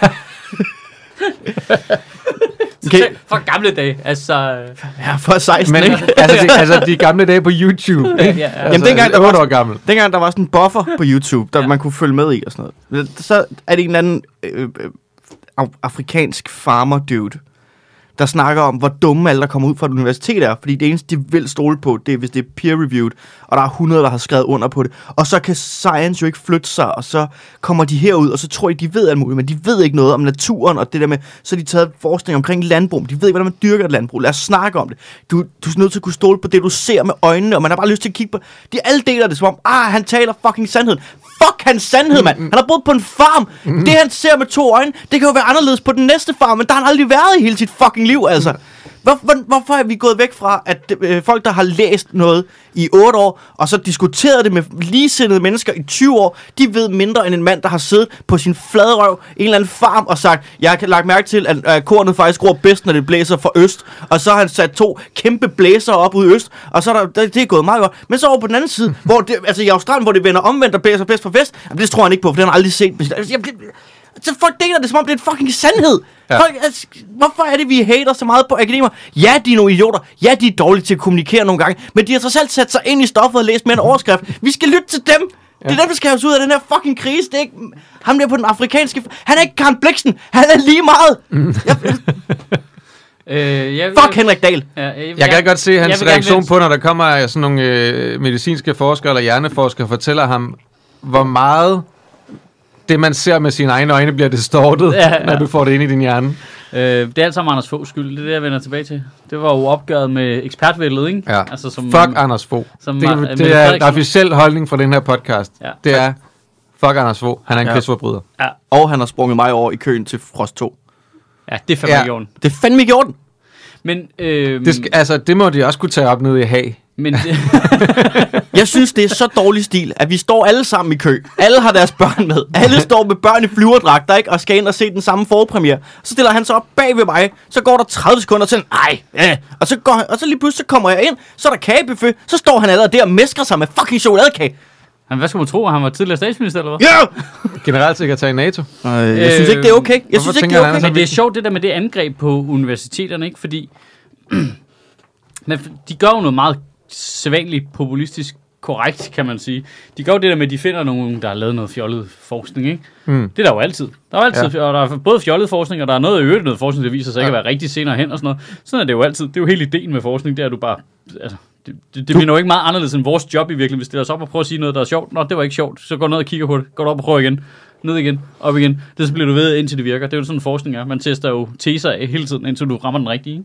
B: Så
C: Okay.
B: selv Fra gamle dage, altså... øh,
C: ja, for 16,
A: Men
C: ikke?
A: altså, det, altså, de gamle dage på YouTube. Ikke?
B: Ja, ja.
A: Altså,
C: dengang, der var-
A: 8 år gammel.
C: Dengang der var sådan en buffer på YouTube, der
B: Ja.
C: ja. man kunne følge med i og sådan noget. Så er det en eller anden øh, øh, af- afrikansk farmer dude, der snakker om, hvor dumme alle, der kommer ud fra et universitet er. Fordi det eneste, de vil stole på, det er, hvis det er peer-reviewed, og der er 100, der har skrevet under på det. Og så kan science jo ikke flytte sig, og så kommer de herud, og så tror de, de ved alt muligt, men de ved ikke noget om naturen og det der med, så har de taget forskning omkring landbrug. De ved ikke, hvordan man dyrker et landbrug. Lad os snakke om det. Du, du er nødt til at kunne stole på det, du ser med øjnene, og man har bare lyst til at kigge på... De alle deler det som om, ah, han taler fucking sandheden. Fuck hans sandhed, mand. Han har boet på en farm. Det, han ser med to øjne, det kan jo være anderledes på den næste farm, men der har han aldrig været i hele sit fucking liv, altså. Hvor, hvor, hvorfor er vi gået væk fra, at øh, folk, der har læst noget i 8 år, og så diskuteret det med ligesindede mennesker i 20 år, de ved mindre end en mand, der har siddet på sin flade røv, en eller anden farm, og sagt, jeg har lagt mærke til, at, at kornet faktisk gror bedst, når det blæser fra øst. Og så har han sat to kæmpe blæser op ude i øst, og så er der, det, det er gået meget godt. Men så over på den anden side, hvor det, altså i Australien, hvor det vender omvendt og blæser bedst fra vest, jamen, det tror han ikke på, for det har han aldrig set. med sit- Altså, jeg, bliver- så folk deler det, som om det er en fucking sandhed. Ja.
A: Ja.
C: Folk, altså, hvorfor er det, vi hater så meget på akademikere? Ja, de er nogle idioter. Ja, de er dårlige til at kommunikere nogle gange. Men de har trods alt sat sig ind i stoffet og læst med en overskrift. Vi skal lytte til dem. Ja. Det er dem, der skal have os ud af den her fucking krise. Det er ikke ham der på den afrikanske... Han er ikke Karen Bliksen. Han er lige meget.
B: Øh, jeg,
C: Fuck Henrik Dahl.
B: Ja, jeg,
A: Jeg kan godt se
B: jeg
A: hans
B: vil gerne
A: reaktion
B: vente.
A: på, når der kommer sådan nogle øh, medicinske forskere eller hjerneforskere og fortæller ham, hvor meget det, man ser med sine egne øjne, bliver distortet,
B: Ja,
A: ja,
B: ja.
A: ja. når du får det ind i din hjerne.
B: Øh, det er alt sammen Anders Foghs skyld, det er det, jeg vender tilbage til. Det var jo opgøret med ekspertvældet, ikke?
A: Ja.
B: Altså, som,
A: Fuck Anders Fogh.
B: som
A: Det,
B: Mar- Mette
A: det, det er en
B: Frederiksen-
A: officiel holdning fra den her podcast.
B: Ja.
A: Ja. Det er, fuck Anders Fogh, han er en
C: Ja.
A: ja. krigsforbryder.
C: Og han har sprunget mig over i køen til Frost 2.
B: Ja, det er fandme
A: Ja.
B: ja. jorden.
C: Det er fandme ikke i orden.
B: Men, øh,
A: Det, skal, altså, det må de også kunne tage op nede i Haag.
B: men
C: Jeg synes, det er så dårlig stil, at vi står alle sammen i kø. Alle har deres børn med. Alle står med børn i flyverdragter, ikke? Og skal ind og se den samme forpremiere. Så stiller han sig op bag ved mig. Så går der 30 sekunder til, ej, øh. og, så går han, og så lige pludselig så kommer jeg ind. Så er der kagebuffet. Så står han allerede der og mesker sig med fucking chokoladekage.
B: han, hvad skal man tro, at han var tidligere statsminister, eller hvad?
C: Ja!
A: Generalsekretær i NATO.
C: Øh, jeg synes ikke, det er okay. Jeg synes ikke, det
A: tænker
C: er
A: han,
C: okay.
A: at
B: Men Altså, det er sjovt, det der med det angreb på universiteterne, ikke? Fordi men de gør jo noget meget sædvanligt populistisk korrekt, kan man sige. De gør jo det der med, at de finder nogen, der har lavet noget fjollet forskning, ikke?
A: Mm.
B: Det er der jo altid. Der er jo altid, ja. og der er både fjollet forskning, og der er noget i øvrigt noget forskning, der viser sig ja. ikke at være rigtig senere hen og sådan noget. Sådan er det jo altid. Det er jo hele ideen med forskning, det er at du bare... Altså, det, det, det bliver jo ikke meget anderledes end vores job i virkeligheden. Vi stiller os op og prøver at sige noget, der er sjovt. Nå, det var ikke sjovt. Så går du ned og kigger på det. Går du op og prøver igen. Ned igen. Op igen. Det så bliver du ved, indtil det virker. Det er jo sådan, forskning er. Man tester jo teser af hele tiden, indtil du rammer den rigtige. Ikke?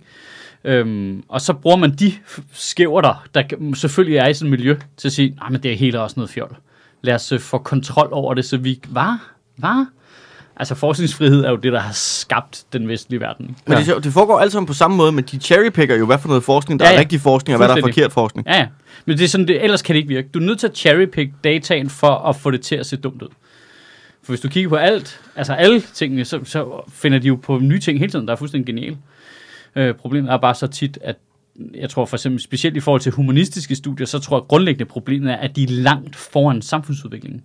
B: Øhm, og så bruger man de f- skæver der, der kan- selvfølgelig er i sådan et miljø, til at sige, nej, men det er helt også noget fjol. Lad os øh, få kontrol over det, så vi... Var? Var? Altså, forskningsfrihed er jo det, der har skabt den vestlige verden. ikke?
C: Men det, er sjovt, det foregår alt sammen på samme måde, men de cherrypicker jo, hvad for noget forskning, der
B: Ja,
C: ja,
B: ja.
C: er rigtig forskning, og hvad der er
B: Fuldstændig.
C: forkert forskning.
B: Ja, ja. Men det er sådan, det, ellers kan det ikke virke. Du er nødt til at cherrypick dataen for at få det til at se dumt ud. For hvis du kigger på alt, altså alle tingene, så, så finder de jo på nye ting hele tiden, der er fuldstændig geniale. Øh, problemet er bare så tit, at jeg tror for eksempel, specielt i forhold til humanistiske studier, så tror jeg grundlæggende problemet er, at de er langt foran samfundsudviklingen.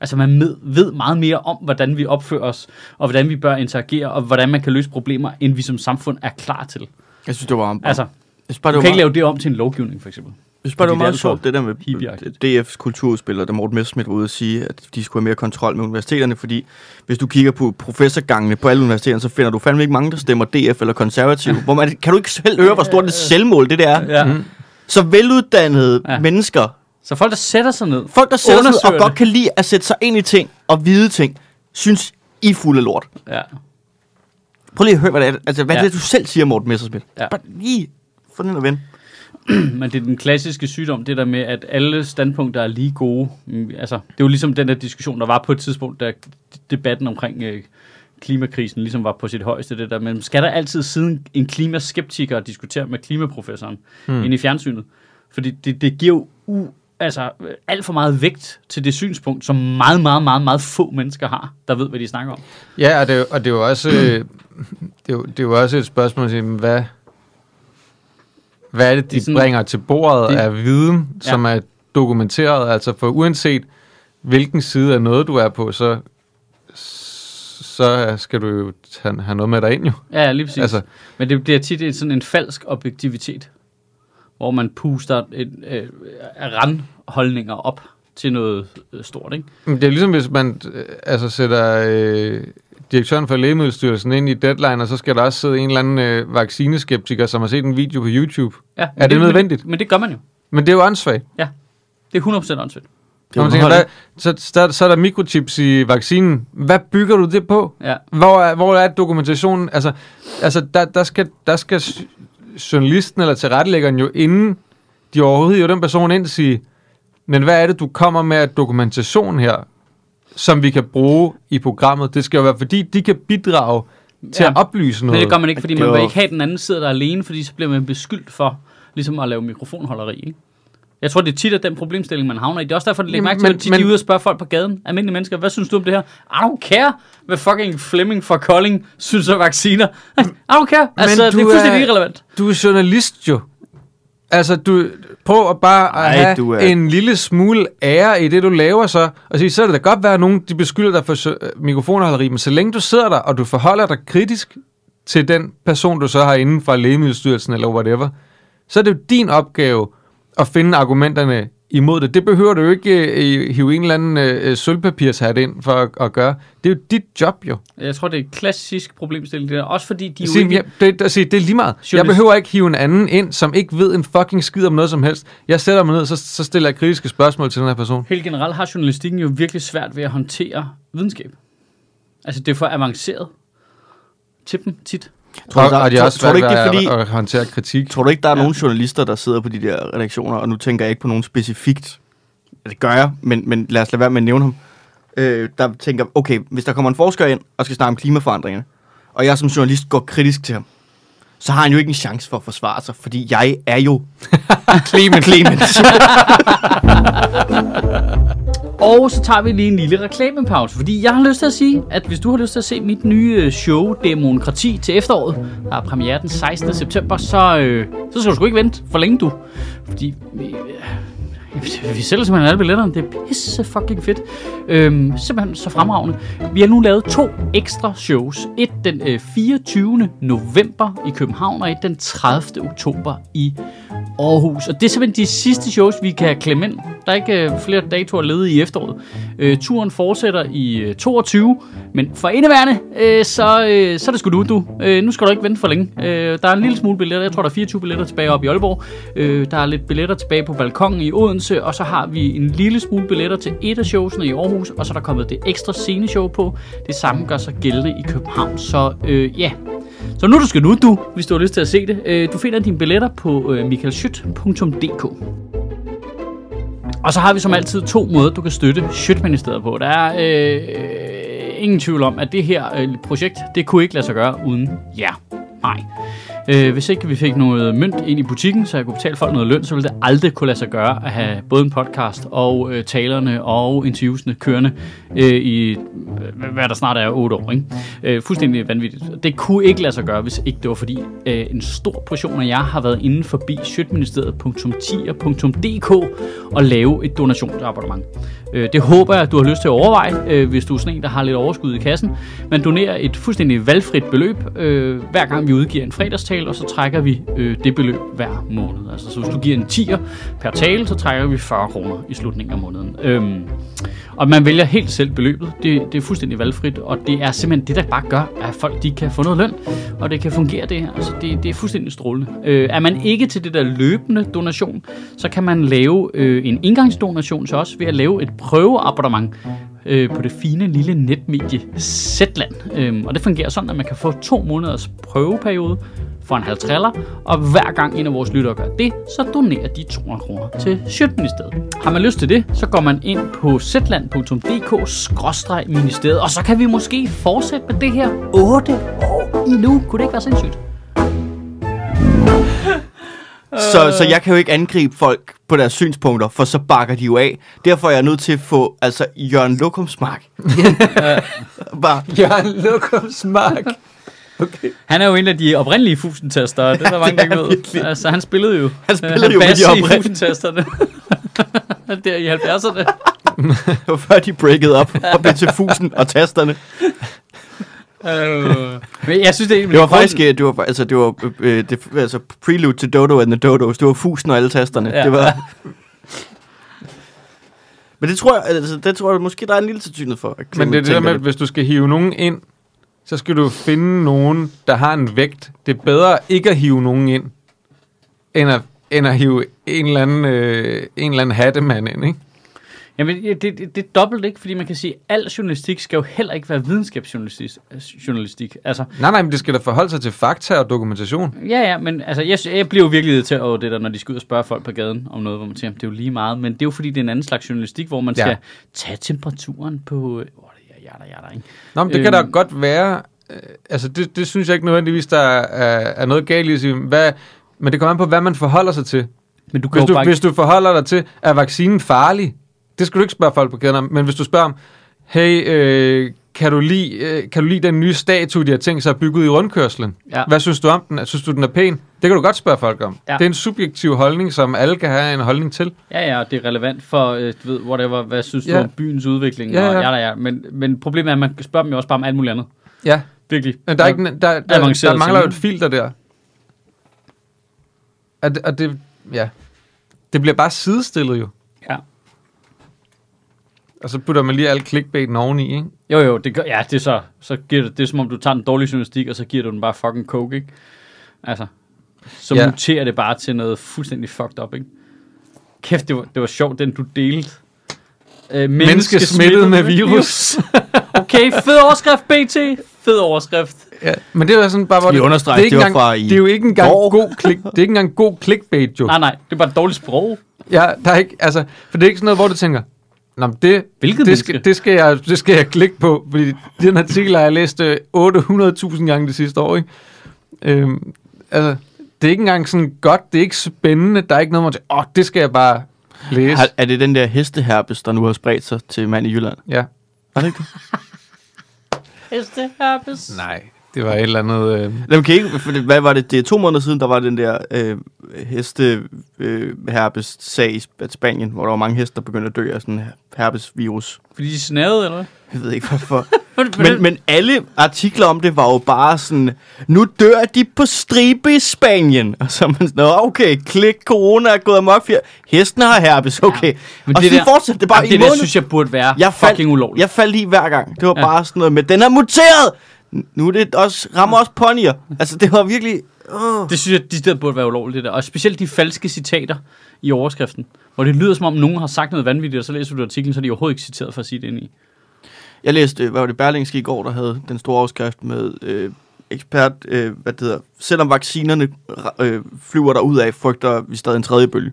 B: Altså man med, ved meget mere om, hvordan vi opfører os, og hvordan vi bør interagere, og hvordan man kan løse problemer, end vi som samfund er klar til.
C: Jeg synes, det var... Altså,
B: Altså,
C: jeg synes bare, det
B: du
C: var
B: kan ikke lave
C: meget,
B: det om til en lovgivning, for eksempel.
C: jeg synes bare, det var
B: fordi det er
C: meget
B: alt for
C: sjovt, det der med
B: hippieagtigt.
C: DF's kulturudspiller, der Morten Messerschmidt var ude at sige, at de skulle have mere kontrol med universiteterne, fordi hvis du kigger på professorgangene på alle universiteterne, så finder du fandme ikke mange, der stemmer DF eller konservativ. Hvor man, kan du ikke selv høre, hvor stort et selvmål det der er?
B: Ja. Mm.
C: Så veluddannede
B: Ja.
C: ja. mennesker,
B: Så folk, der sætter sig ned.
C: folk der sætter sig ned
B: Undersøger
C: og
B: det.
C: godt kan lide at sætte sig ind i ting og vide ting, synes I er fulde af lort.
B: Ja.
C: Prøv lige at høre, hvad det er, altså, hvad
B: Ja.
C: ja. det er, du selv siger, Morten Messerschmidt.
B: Ja.
C: Ja. Bare lige få den ind og vende.
B: Men det er den klassiske sygdom, det der med, at alle standpunkter er lige gode. Mm, Altså, det er jo ligesom den der diskussion, der var på et tidspunkt, da debatten omkring øh, klimakrisen ligesom var på sit højeste. Det der. Men skal der altid siden en klimaskeptiker diskutere med klimaprofessoren mm. ind i fjernsynet? Fordi det, det giver jo u, altså, øh, alt for meget vægt til det synspunkt, som meget, meget, meget, meget få mennesker har, der ved, hvad de snakker om.
A: Ja, og det, er jo- og det er jo også, øh, det er jo, det er jo også et spørgsmål at sige, men hvad, hvad er det, de
B: Det er
A: det
B: sådan-
A: sådan, bringer til bordet
B: det-
A: det, af viden,
B: Ja.
A: ja. som er dokumenteret? Altså for uanset hvilken side af noget, du er på, så, så skal du jo tage, have noget med dig ind jo.
B: Ja, lige præcis. Altså,
A: Altså-
B: Men det bliver tit et, sådan en falsk objektivitet, hvor man puster en, øh, randholdninger op til noget øh, stort, ikke?
A: Men Det er ligesom, hvis man øh, altså, sætter øh, direktøren for Lægemiddelstyrelsen ind i deadline, og så skal der også sidde en eller anden øh, vaccineskeptiker, som har set en video på YouTube.
B: Ja, men
A: det nødvendigt?
B: Men, men det gør man jo.
A: Men det er jo åndssvagt.
B: Ja, det er 100% åndssvagt.
A: Det man tænker, hvad, så, så, så er der mikrochips i vaccinen. Hvad bygger du det på?
B: Ja.
A: Hvor er, hvor er dokumentationen? Altså, altså der, der, skal, der skal s- journalisten eller tilrettelæggeren jo inden de overhovedet hiver den person ind sige, men hvad er det, du kommer med af dokumentation her, som vi kan bruge i programmet? Det skal jo være, fordi de kan bidrage til
B: Ja.
A: ja. at oplyse noget.
B: Men det gør man ikke, fordi
C: Det
B: man
C: var-
B: vil ikke have at den anden sidder der alene, fordi så bliver man beskyldt for ligesom at lave mikrofonholderi, ikke? Jeg tror, det er tit at den problemstilling, man havner i. Det er også derfor, det
A: Jamen,
B: lægger mærke til,
A: men-
B: at tit de er
A: men-
B: ude og spørge folk på gaden, almindelige mennesker, hvad synes du om det her? I don't care, hvad fucking Flemming fra Kolding synes om vacciner. I don't care. Altså, det er
A: du
B: fuldstændig
A: er-
B: irrelevant.
A: Du er journalist jo. Altså, du prøv at bare Ej,
C: Ej,
A: at have
C: du er-
A: er... en lille smule ære i det, du laver så, og sige, så er det da godt være, at nogen de beskylder dig for så- øh, mikrofonholderi, men så længe du sidder der, og du forholder dig kritisk til den person, du så har inden fra Lægemiddelstyrelsen eller whatever, så er det jo din opgave at finde argumenterne imod det. Det behøver du jo ikke øh, hive en eller anden øh, sølvpapirshat ind for at, at gøre. Det er jo dit job jo.
B: Jeg tror, det er et klassisk problemstilling, det der. Også fordi de
A: De
B: jo
A: sige,
B: ikke...
A: ja, det, at sige, det er lige meget. Journalist. Jeg
B: Journalist-
A: behøver ikke hive en anden ind, som ikke ved en fucking skid om noget som helst. Jeg sætter mig ned, så, så stiller jeg kritiske spørgsmål til den her person.
B: Helt generelt har journalistikken jo virkelig svært ved at håndtere videnskab. Altså, det er for avanceret til dem tit.
C: Tror du,
A: og,
C: der-
A: og de
C: tror-
A: har også
C: tror du
A: svært
C: ikke, det
A: ved
C: er fordi-
A: at, at håndtere kritik.
C: Tror du ikke, der er ja. nogen journalister, der sidder på de der redaktioner, og nu tænker jeg ikke på nogen specifikt, Ja, det gør jeg, men, men lad os lade være med at nævne ham, øh, der tænker, okay, hvis der kommer en forsker ind og skal snakke om klimaforandringerne, og jeg som journalist går kritisk til ham, så har han jo ikke en chance for at forsvare sig, fordi jeg er jo Clement. Clement.
B: Og så tager vi lige en lille reklamepause, fordi jeg har lyst til at sige, at hvis du har lyst til at se mit nye øh, show, Demokrati, til efteråret, der er premiere den 16. september, så, øh, så skal du sgu ikke vente for længe, du. Fordi vi, øh, vi sælger simpelthen alle billetterne. Det er pisse fucking fedt. Øhm, simpelthen så fremragende. Vi har nu lavet to ekstra shows. Et den øh, 24. november i København, og et den 30. oktober i Aarhus. Og det er simpelthen de sidste shows, vi kan klemme ind. Der er ikke øh, flere datoer ledige i efteråret. Øh, turen fortsætter i øh, 22, men for indeværende, øh, så, øh, så er det sgu du, du. Øh, nu skal du ikke vente for længe. Øh, der er en lille smule billetter. Jeg tror, der er 24 billetter tilbage op i Aalborg. Øh, der er lidt billetter tilbage på balkongen i Odense, og så har vi en lille smule billetter til et af showsene i Aarhus, og så er der kommet det ekstra sceneshow på. Det samme gør sig gældende i København, så øh, ja, så nu du skal nu, du, hvis du har lyst til at se det. Øh, Du finder dine billetter på øh, michaelschyt.dk. Og så har vi som altid to måder, du kan støtte Schøtministeriet på. Der er øh, ingen tvivl om, at det her øh, projekt, det kunne ikke lade sig gøre uden jer. Nej. Øh, hvis ikke vi fik noget mønt ind i butikken, så jeg kunne betale folk noget løn, så ville det aldrig kunne lade sig gøre at have både en podcast og øh, talerne og interviewsene kørende øh, i, øh, hvad der snart er, otte år. Ikke? Øh, fuldstændig vanvittigt. Det kunne ikke lade sig gøre, hvis ikke det var fordi øh, en stor portion af jer har været inde forbi sjøtministeriet.tier.dk og lave et donationsabonnement. Øh, det håber jeg, at du har lyst til at overveje, øh, hvis du er sådan en, der har lidt overskud i kassen. Man donerer et fuldstændig valgfrit beløb, øh, hver gang vi udgiver en fredagstal, og så trækker vi øh, det beløb hver måned. Altså, så hvis du giver en 10'er per tale, så trækker vi 40 kroner i slutningen af måneden. Øhm, og man vælger helt selv beløbet. Det, det er fuldstændig valgfrit, og det er simpelthen det, der bare gør, at folk de kan få noget løn, og det kan fungere det her. Altså, det, det er fuldstændig strålende. Øh, er man ikke til det der løbende donation, så kan man lave øh, en indgangsdonation til os ved at lave et prøveabonnement øh, på det fine lille netmedie Zetland. Øhm, og det fungerer sådan, at man kan få to måneders prøveperiode for en halv triller, og hver gang en af vores lyttere gør det, så donerer de 200 kroner til Sjøtministeriet. Har man lyst til det, så går man ind på zetland.dk-ministeriet, og så kan vi måske fortsætte med det her 8 år endnu. Kunne det ikke være sindssygt?
C: Så, så jeg kan jo ikke angribe folk på deres synspunkter, for så bakker de jo af. Derfor er jeg nødt til at få altså, Jørgen Lokumsmark. Bare,
A: Jørgen Lokumsmark. Okay.
B: Han er jo en af de oprindelige fusentester, det er der mange, der ikke ved. Altså, han spillede jo.
C: Han spillede jo med de
B: bassede i
C: oprindelige.
B: fusentesterne. Der i 70'erne.
C: før de breakede op og blev til fusen og tasterne.
B: Øh, men jeg synes, det, er
C: Det var faktisk, øh, det var, altså, det var øh, det, altså, prelude til Dodo and the Dodos. Det var fusen og alle tasterne.
B: Ja.
C: Ja. Det var... Men det tror jeg, altså, det tror jeg måske, der er en lille sandsynlighed for. at
A: Men det er det der
C: tænker
A: med, at hvis du skal hive nogen ind, så skal du finde nogen, der har en vægt. Det er bedre ikke at hive nogen ind, end at, end at hive en eller anden, øh, en eller anden hattemand ind, ikke?
B: Jamen, ja, det, det, det er dobbelt ikke, fordi man kan sige, at al journalistik skal jo heller ikke være videnskabsjournalistik. Journalistik. Altså,
A: Nej, nej, men det skal da forholde sig til fakta og dokumentation.
B: ja, ja, men altså, jeg, jeg bliver jo virkelig irriteret over det der, når de skal ud og spørge folk på gaden om noget, hvor man siger, det er jo lige meget, men det er jo fordi, det er en anden slags journalistik, hvor man
A: Ja.
B: ja. skal tage temperaturen på... Øh, åh, det er jada, jada, ikke?
A: Nå, men det kan da
B: Øhm.
A: godt være... Øh, altså, det, det synes jeg ikke nødvendigvis, der er, er noget galt i at sige, hvad, men det kommer an på, hvad man forholder sig til.
B: Men du kan
A: Hvis
B: jo
A: du,
B: bare
A: hvis du forholder dig til, er vaccinen farlig? Det skal du ikke spørge folk på gaden om, men hvis du spørger om, hey, øh, kan, du lide, øh, kan du lide den nye statue, de har tænkt sig at bygge ud i rundkørslen?
B: Ja.
A: Hvad synes du om den? Synes du, den er pæn? Det kan du godt spørge folk om.
B: Ja.
A: Det er en subjektiv holdning, som alle kan have en holdning til.
B: Ja, ja, og det er relevant for, øh, du ved, whatever, hvad synes
A: Ja.
B: du om byens udvikling,
A: Ja,
B: ja, ja. og
A: ja.
B: ja, ja, ja. Men, men problemet er, at man spørger dem jo også bare om alt muligt andet.
A: Ja,
B: Virkelig.
A: men der, er ikke, der, der, der,
B: Avanceret
A: der mangler jo et
B: simpelthen.
A: filter der. Og det, og det, ja. det bliver bare sidestillet jo.
B: Ja.
A: Og så putter man lige alt clickbaiten oveni, ikke?
B: Jo, jo, det, gør- ja, det er så, så giver det, det er som om, du tager en dårlig journalistik, og så giver du den bare fucking coke, ikke? Altså, så
A: Ja.
B: ja. muterer det bare til noget fuldstændig fucked up, ikke? Kæft, det var, det var sjovt, den du delte. Øh,
A: Menneske smittet med virus.
B: Okay, fed overskrift, BT. Fed overskrift.
A: ja, men det var sådan bare... Hvor
C: Skal vi understrege,
A: det, er ikke
C: det var
A: engang,
C: fra i
A: det er jo ikke engang
C: går?
A: god klik, det er ikke engang god clickbait, jo.
B: Nej, nej, det er bare et dårligt sprog.
A: Ja, der er ikke, altså, for det er ikke sådan noget, hvor du tænker, Nå, men det,
B: Hvilket
A: det,
B: menneske?
A: skal, det, skal jeg, det skal jeg klikke på, fordi den artikel har jeg læst øh, 800.000 gange det sidste år, ikke? Øhm, altså, det er ikke engang sådan godt, det er ikke spændende, der er ikke noget, hvor man tænker, åh, det skal jeg bare læse.
C: Har, er det den der hesteherpes, der nu har spredt sig til mand i Jylland?
A: Ja.
C: Er det ikke det?
B: Hesteherpes.
A: Nej, det var et eller andet... Øh,
C: Jamen, kan I ikke, for det- hvad var det? Det er to måneder siden, der var den der øh, hesteherpes-sag i Sp- Spanien, hvor der var mange heste, der begyndte at dø af sådan en herpes-virus.
B: Fordi de snavede, eller hvad?
C: Jeg ved ikke hvorfor.
B: Men,
C: Men, men alle artikler om det var jo bare sådan, nu dør de på stribe i Spanien. Og så er man sådan, "Nå, okay, klik, corona er gået amok, fjer- hestene har herpes, okay. Ja,
B: men
C: og
B: det
C: så
B: der-
C: fortsatte det bare
B: Jamen,
C: i
B: det
C: en
B: der,
C: måned.
B: synes jeg burde være
C: jeg faldt,
B: fucking ulovligt.
C: Jeg faldt i hver gang. Det var
B: Ja.
C: ja. bare sådan noget med, den er muteret! Nu er det også, rammer også ponyer. Altså, det var virkelig... Uh.
B: Det synes jeg, de der burde være ulovligt, det der. Og specielt de falske citater i overskriften. Hvor det lyder, som om nogen har sagt noget vanvittigt, og så læser du artiklen, så er de overhovedet ikke citeret for at sige det ind i.
C: Jeg læste, øh, hvad var det, Berlingske i går, der havde den store overskrift med øh, ekspert, øh, hvad det hedder, selvom vaccinerne øh, flyver der ud af, frygter vi stadig en tredje bølge.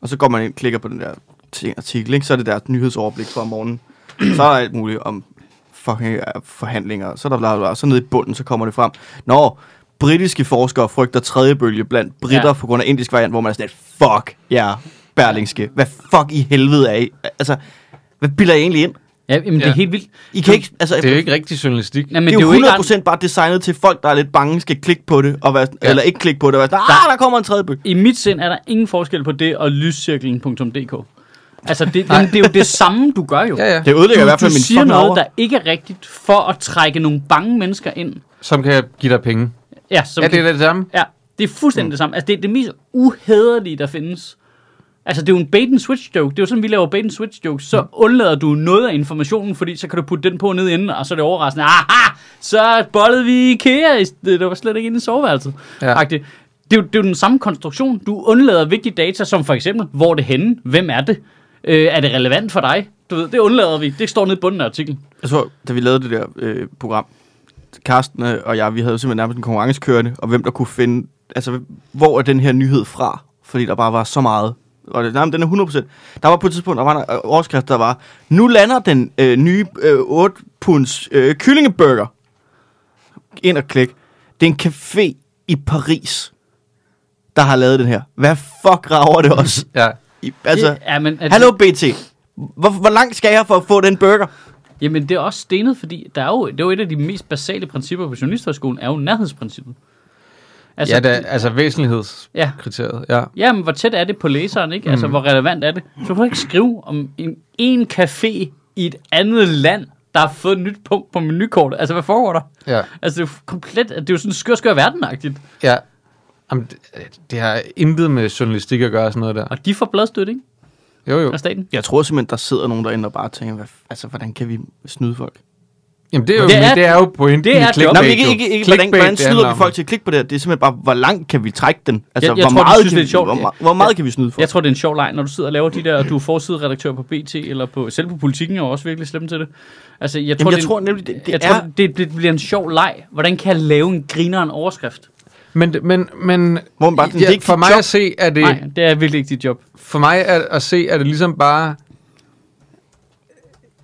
C: Og så går man ind og klikker på den der ting- artikel, ikke? så er det deres nyhedsoverblik fra om morgenen. så er der alt muligt om fucking øh, forhandlinger, så er der bla, bla, bla. så nede i bunden, så kommer det frem. Nå, britiske forskere frygter tredje bølge blandt britter
B: Ja.
C: ja. på grund af indisk variant, hvor man er sådan lidt, fuck jer, yeah, Berlingske, hvad fuck i helvede er I? Altså, hvad bilder I egentlig ind?
B: Ja, jamen, ja. det
A: Ja.
B: er helt vildt.
C: I kan ikke, altså,
A: det er jo ikke rigtig journalistik.
B: Jamen,
C: men det er jo
B: ikke an-
C: 100% bare designet til folk, der er lidt bange, skal klikke på det, og være,
A: Ja.
C: ja. eller ikke klikke på det, og være sådan, ah, der kommer en tredje bølge.
B: I mit sind er der ingen forskel på det og lyscirklen.dk. Altså, det, jamen, det er jo det samme, du gør jo.
A: Ja, ja.
C: Det ødelægger i
B: Du,
C: hvert
B: du
C: fald min
B: siger
C: fucking
B: noget,
C: aura.
B: der ikke er rigtigt, for at trække nogle bange mennesker ind.
A: Som kan give dig penge.
B: Ja, som
A: Ja, det er det samme.
B: Ja, det er fuldstændig mm. det samme. Altså, det er det mest uhæderlige, der findes. Altså, det er jo en bait and switch joke. Det er jo sådan, vi laver bait and switch jokes. Så undlader du noget af informationen, fordi så kan du putte den på ned inden, og så er det overraskende. Aha! Så bollede vi IKEA. i st- Det var slet ikke inde i soveværelset.
A: Ja.
B: Ja. Det, er jo, det er jo den samme konstruktion. Du undlader vigtige data, som for eksempel, hvor er det henne? Hvem er det? Øh, er det relevant for dig? Du ved, det undlader vi. Det står nede i bunden af artiklen.
C: Jeg tror, da vi lavede det der øh, program, Karsten øh, og jeg, vi havde jo simpelthen nærmest en konkurrence kørende, og hvem der kunne finde, altså, hvor er den her nyhed fra? Fordi der bare var så meget. Og det, nej, men den er 100%. Der var på et tidspunkt, der var en øh, overskrift, der var, nu lander den øh, nye øh, 8-punds øh, kyllingeburger. Ind og klik. Det er en café i Paris, der har lavet den her. Hvad fuck rager det os?
A: Ja.
C: I, altså,
B: ja, men, er det-
C: hallo BT. Hvor, hvor langt skal jeg for at få den burger?
B: Jamen, det er også stenet, fordi der er jo, det er jo et af de mest basale principper på Journalisthøjskolen, er jo nærhedsprincippet.
A: Altså, ja, da, altså væsentlighedskriteriet,
B: ja.
A: ja.
B: ja, men hvor tæt er det på læseren, ikke?
A: Mm.
B: Altså, hvor relevant er det? Så kan du ikke skrive om en, en café i et andet land, der har fået et nyt punkt på menukortet. Altså, hvad foregår der?
A: Ja.
B: Altså, det er jo komplet, det er jo sådan skør, skør verdenagtigt.
A: Ja. Jamen, det, det har intet med journalistik at gøre, sådan noget der.
B: Og de får bladstøtte, ikke?
A: Jo, jo.
B: Af staten.
C: Jeg tror simpelthen, der sidder nogen derinde og bare tænker, hvad, f- altså, hvordan kan vi snyde folk?
A: Jamen, det er jo,
B: Det
A: det er,
B: er-
A: det er jo pointen
B: det er
A: i
B: et job.
A: clickbait.
C: Nå, men ikke,
A: jo.
C: ikke, ikke hvordan,
A: Clickbait,
C: hvordan
A: det handler
C: snyder vi
A: om-
C: folk til at klikke på det her? Det er simpelthen bare, hvor langt kan vi trække den? Altså,
B: Jeg- jeg tror,
C: hvor,
B: de
C: meget
B: synes,
C: kan
B: det er sjovt.
C: Hvor, me- hvor meget kan vi snyde folk?
B: Jeg tror, det er en sjov leg, når du sidder og laver de der, du er forsideredaktør på BT, eller på, selv på politikken er jo også virkelig slem til det. Altså, jeg tror,
C: Jamen, jeg
B: det er en-
C: tror nemlig, det, det
B: jeg
C: er...
B: tror, det, det bliver en sjov leg. Hvordan kan jeg lave en grineren overskrift?
A: Men, men, men
C: Hvor man bare, det
A: ja,
C: er ikke
A: for
C: dit
A: mig
C: job.
A: at se, er det,
B: Nej, det er virkelig ikke dit job.
A: for mig at, at se, er det ligesom bare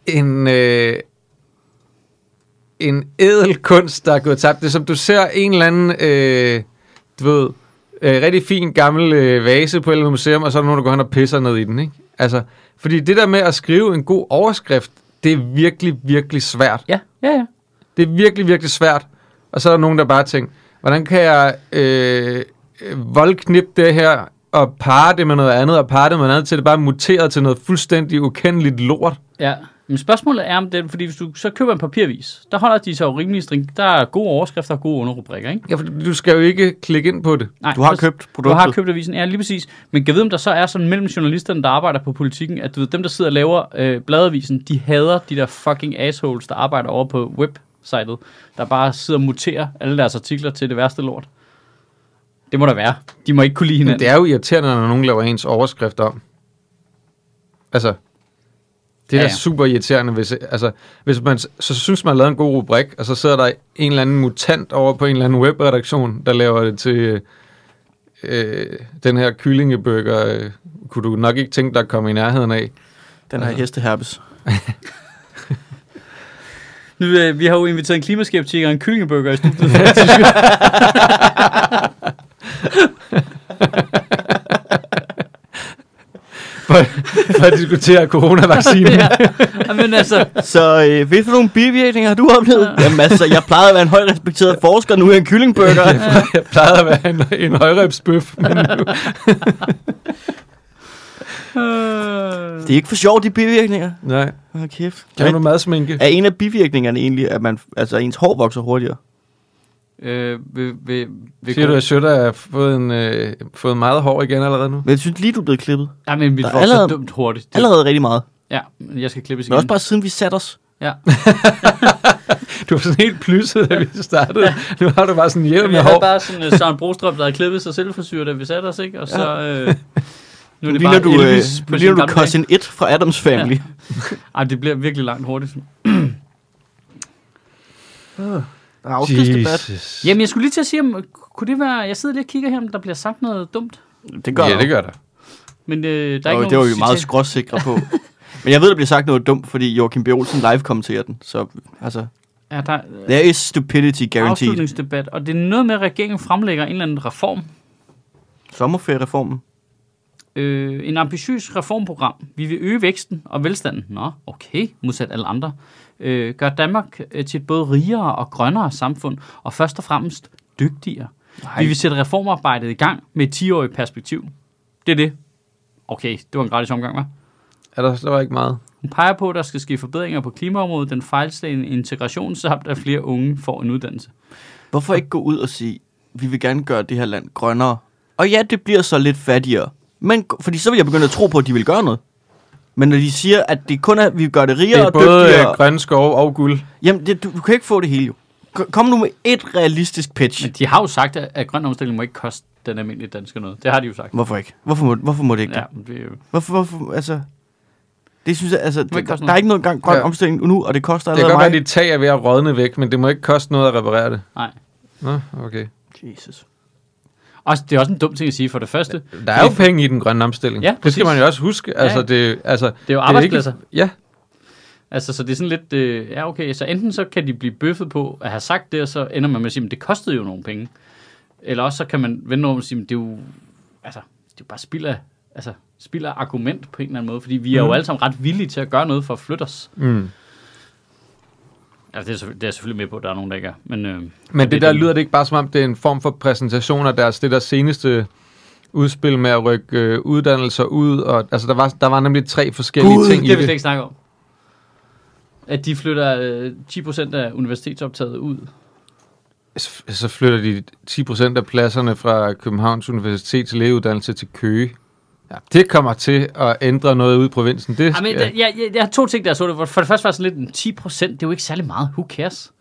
A: en, øh, en ædel kunst, der er gået tabt. Det er som, du ser en eller anden, øh, du ved, øh, rigtig fin gammel øh, vase på et eller andet museum, og så er der nogen, der går hen og pisser ned i den, ikke? Altså, fordi det der med at skrive en god overskrift, det er virkelig, virkelig svært.
B: Ja, ja, ja.
A: Det er virkelig, virkelig svært. Og så er der nogen, der bare tænker, hvordan kan jeg øh, øh, voldknippe det her, og parre det med noget andet, og parre det med noget andet, til det bare er muteret til noget fuldstændig ukendeligt lort.
B: ja. Men spørgsmålet er om det, fordi hvis du så køber en papiravis, der holder de sig jo rimelig string. Der er gode overskrifter og gode underrubrikker, ikke?
A: Ja, for du skal jo ikke klikke ind på det.
B: Nej,
C: Du har
B: præcis.
C: købt
B: Du har
C: produktet.
B: købt avisen, ja, lige præcis. Men kan vide, om der så er sådan mellem journalisterne, der arbejder på politikken, at du ved, dem, der sidder og laver øh, bladavisen, de hader de der fucking assholes, der arbejder over på websitet, der bare sidder og muterer alle deres artikler til det værste lort. Det må der være. De må ikke kunne lide
A: Men
B: hinanden.
A: det er jo irriterende, når nogen laver ens overskrift om. Altså, det er
B: Ja,
A: ja,
B: ja.
A: da super irriterende, hvis, altså, hvis man, så synes man har lavet en god rubrik, og så sidder der en eller anden mutant over på en eller anden webredaktion, der laver det til øh, den her kyllingeburger, øh, kunne du nok ikke tænke dig at komme i nærheden af.
C: Den her hesteherpes.
B: Nu, øh, vi har jo inviteret en klimaskeptiker og en kyllingebøger i studiet.
A: For, for at diskutere coronavaccinen. ja.
B: ja. Men altså,
C: Så øh, hvad for nogle bivirkninger har du oplevet? Jamen altså, jeg plejede at være en højt respekteret forsker, nu er jeg en kyllingburger.
A: Jeg plejede at være en, en højrebsbøf, men nu,
B: øh,
C: Det er ikke for sjovt, de bivirkninger.
A: nej.
C: Åh, kæft.
A: Kan du noget madsminke?
C: Er en af bivirkningerne egentlig, at man, altså, ens hår vokser hurtigere?
B: øh, ved, ved, ved
A: Siger du, at Sjøtter har fået, en, øh, fået meget hår igen allerede nu?
C: Men jeg synes lige, du er blevet klippet.
B: Nej, men vi
C: Der er
B: får så
C: allerede-
B: dumt hurtigt. Det,
C: Allerede rigtig meget.
B: ja, men jeg skal klippe
C: Men
B: igen.
C: også bare siden vi satte os.
B: Ja.
A: Du var sådan helt plysset, da vi startede. Nu har du bare sådan en hjelm
B: Jamen,
A: med
B: jeg havde
A: hår.
B: bare sådan uh, Søren Brostrøm, der havde klippet sig selvforsyret, da vi satte os, ikke? Og så... Øh, nu er det
C: ligner
B: bare
C: du,
B: Elvis
C: øh,
B: på
C: nu
B: sin
C: ligner
B: gamle
C: du Cousin 1 fra Adams Family.
B: dag. Ej, det bliver virkelig langt hurtigt.
C: Der er afskedsdebat.
B: Jamen, jeg skulle lige til at sige, om, kunne det være... Jeg sidder lige og kigger her, om der bliver sagt noget dumt.
C: Det gør
A: Ja, det gør der.
B: Men øh, der er
C: der.
B: ikke
C: Jo,
B: nogen
C: det var vi jo
B: citat.
C: meget skråsikre på. Men jeg ved, der bliver sagt noget dumt, fordi Joachim B. Olsen live kommenterer den. Så altså,
B: Ja, der er
C: there is stupidity
B: øh,
C: guaranteed.
B: afslutningsdebat. Og det er noget med, at regeringen fremlægger en eller anden reform.
C: Sommerferiereformen.
B: Øh, en ambitiøs reformprogram. Vi vil øge væksten og velstanden. Nå, okay, modsat alle andre. Øh, gør Danmark øh, til et både rigere og grønnere samfund, og først og fremmest dygtigere. Nej. Vi vil sætte reformarbejdet i gang med et 10-årigt perspektiv. Det er det. Okay, det var en gratis omgang, hva'?
A: Er der, der var ikke meget.
B: Hun peger på, at der skal ske forbedringer på klimaområdet, den fejlslagende integration, samt at flere unge får en uddannelse.
C: Hvorfor ikke gå ud og sige, vi vil gerne gøre det her land grønnere? Og ja, det bliver så lidt fattigere. Men, fordi så vil jeg begynde at tro på, at de vil gøre noget. Men når de siger, at det kun er, at vi gør det
A: Det
C: rigere
A: er
C: og
A: både
C: dygtigere...
A: øh, grønne skove og guld.
B: øh,
C: Jamen, det, du, du kan ikke få det hele jo. K- Kom nu med et realistisk pitch.
B: Men de har jo sagt, at, at grøn omstilling må ikke koste den almindelige dansker noget. Det har de jo sagt.
C: Hvorfor ikke? Hvorfor må, hvorfor må det ikke?
B: Ja, men det er jo...
C: Hvorfor, hvorfor, altså... Det synes jeg, altså,
B: ikke
C: det,
B: koste
C: der
B: noget.
C: er ikke noget gang grøn
A: Ja.
C: ja. omstilling nu, og det koster
A: Det kan
C: allerede
A: godt være,
C: mig.
A: at dit tag er ved at rådne væk, men det må ikke koste noget at reparere det.
B: Nej.
A: Nå, okay.
C: Jesus.
B: Også, det er også en dum ting at sige for det første.
A: Der er jo penge i den grønne omstilling.
B: Ja,
A: det skal
B: præcis.
A: man jo også huske. Altså,
B: Ja.
A: det, altså, det
B: Det er jo
A: er ikke-
B: arbejdspladser.
A: Ja,
B: Altså, så det er sådan lidt, øh, ja okay, så enten så kan de blive bøffet på at have sagt det, og så ender man med at sige, men det kostede jo nogle penge. Eller også så kan man vende om og sige, men det er jo, altså, det er jo bare spild af, altså, spild af argument på en eller anden måde, fordi vi er jo alle sammen ret villige til at gøre noget for at flytte os.
A: Mm.
B: Altså, det er, selvfø- det er jeg selvfølgelig med på, at der er nogen, der ikke er. Men, øh,
A: men det
B: det
A: der
B: er den-
A: lyder det ikke bare som om, det er en form for præsentation af deres, det der seneste udspil med at rykke øh, uddannelser ud. Og, altså, der var, der var nemlig tre forskellige
C: Gud,
A: ting
B: det
A: i
B: har vi slet
A: det.
B: ikke snakket om. At de flytter øh, 10% af universitetsoptaget ud.
A: Så- Så flytter de 10% af pladserne fra Københavns Universitets lægeuddannelse til Køge. Ja, det kommer til at ændre noget ude i provinsen. Det,
B: Ej, men,
A: ja,
B: jeg, jeg, jeg, jeg har to ting, der jeg så det. For- For det første var sådan lidt, 10%, det er jo ikke særlig meget. Who cares?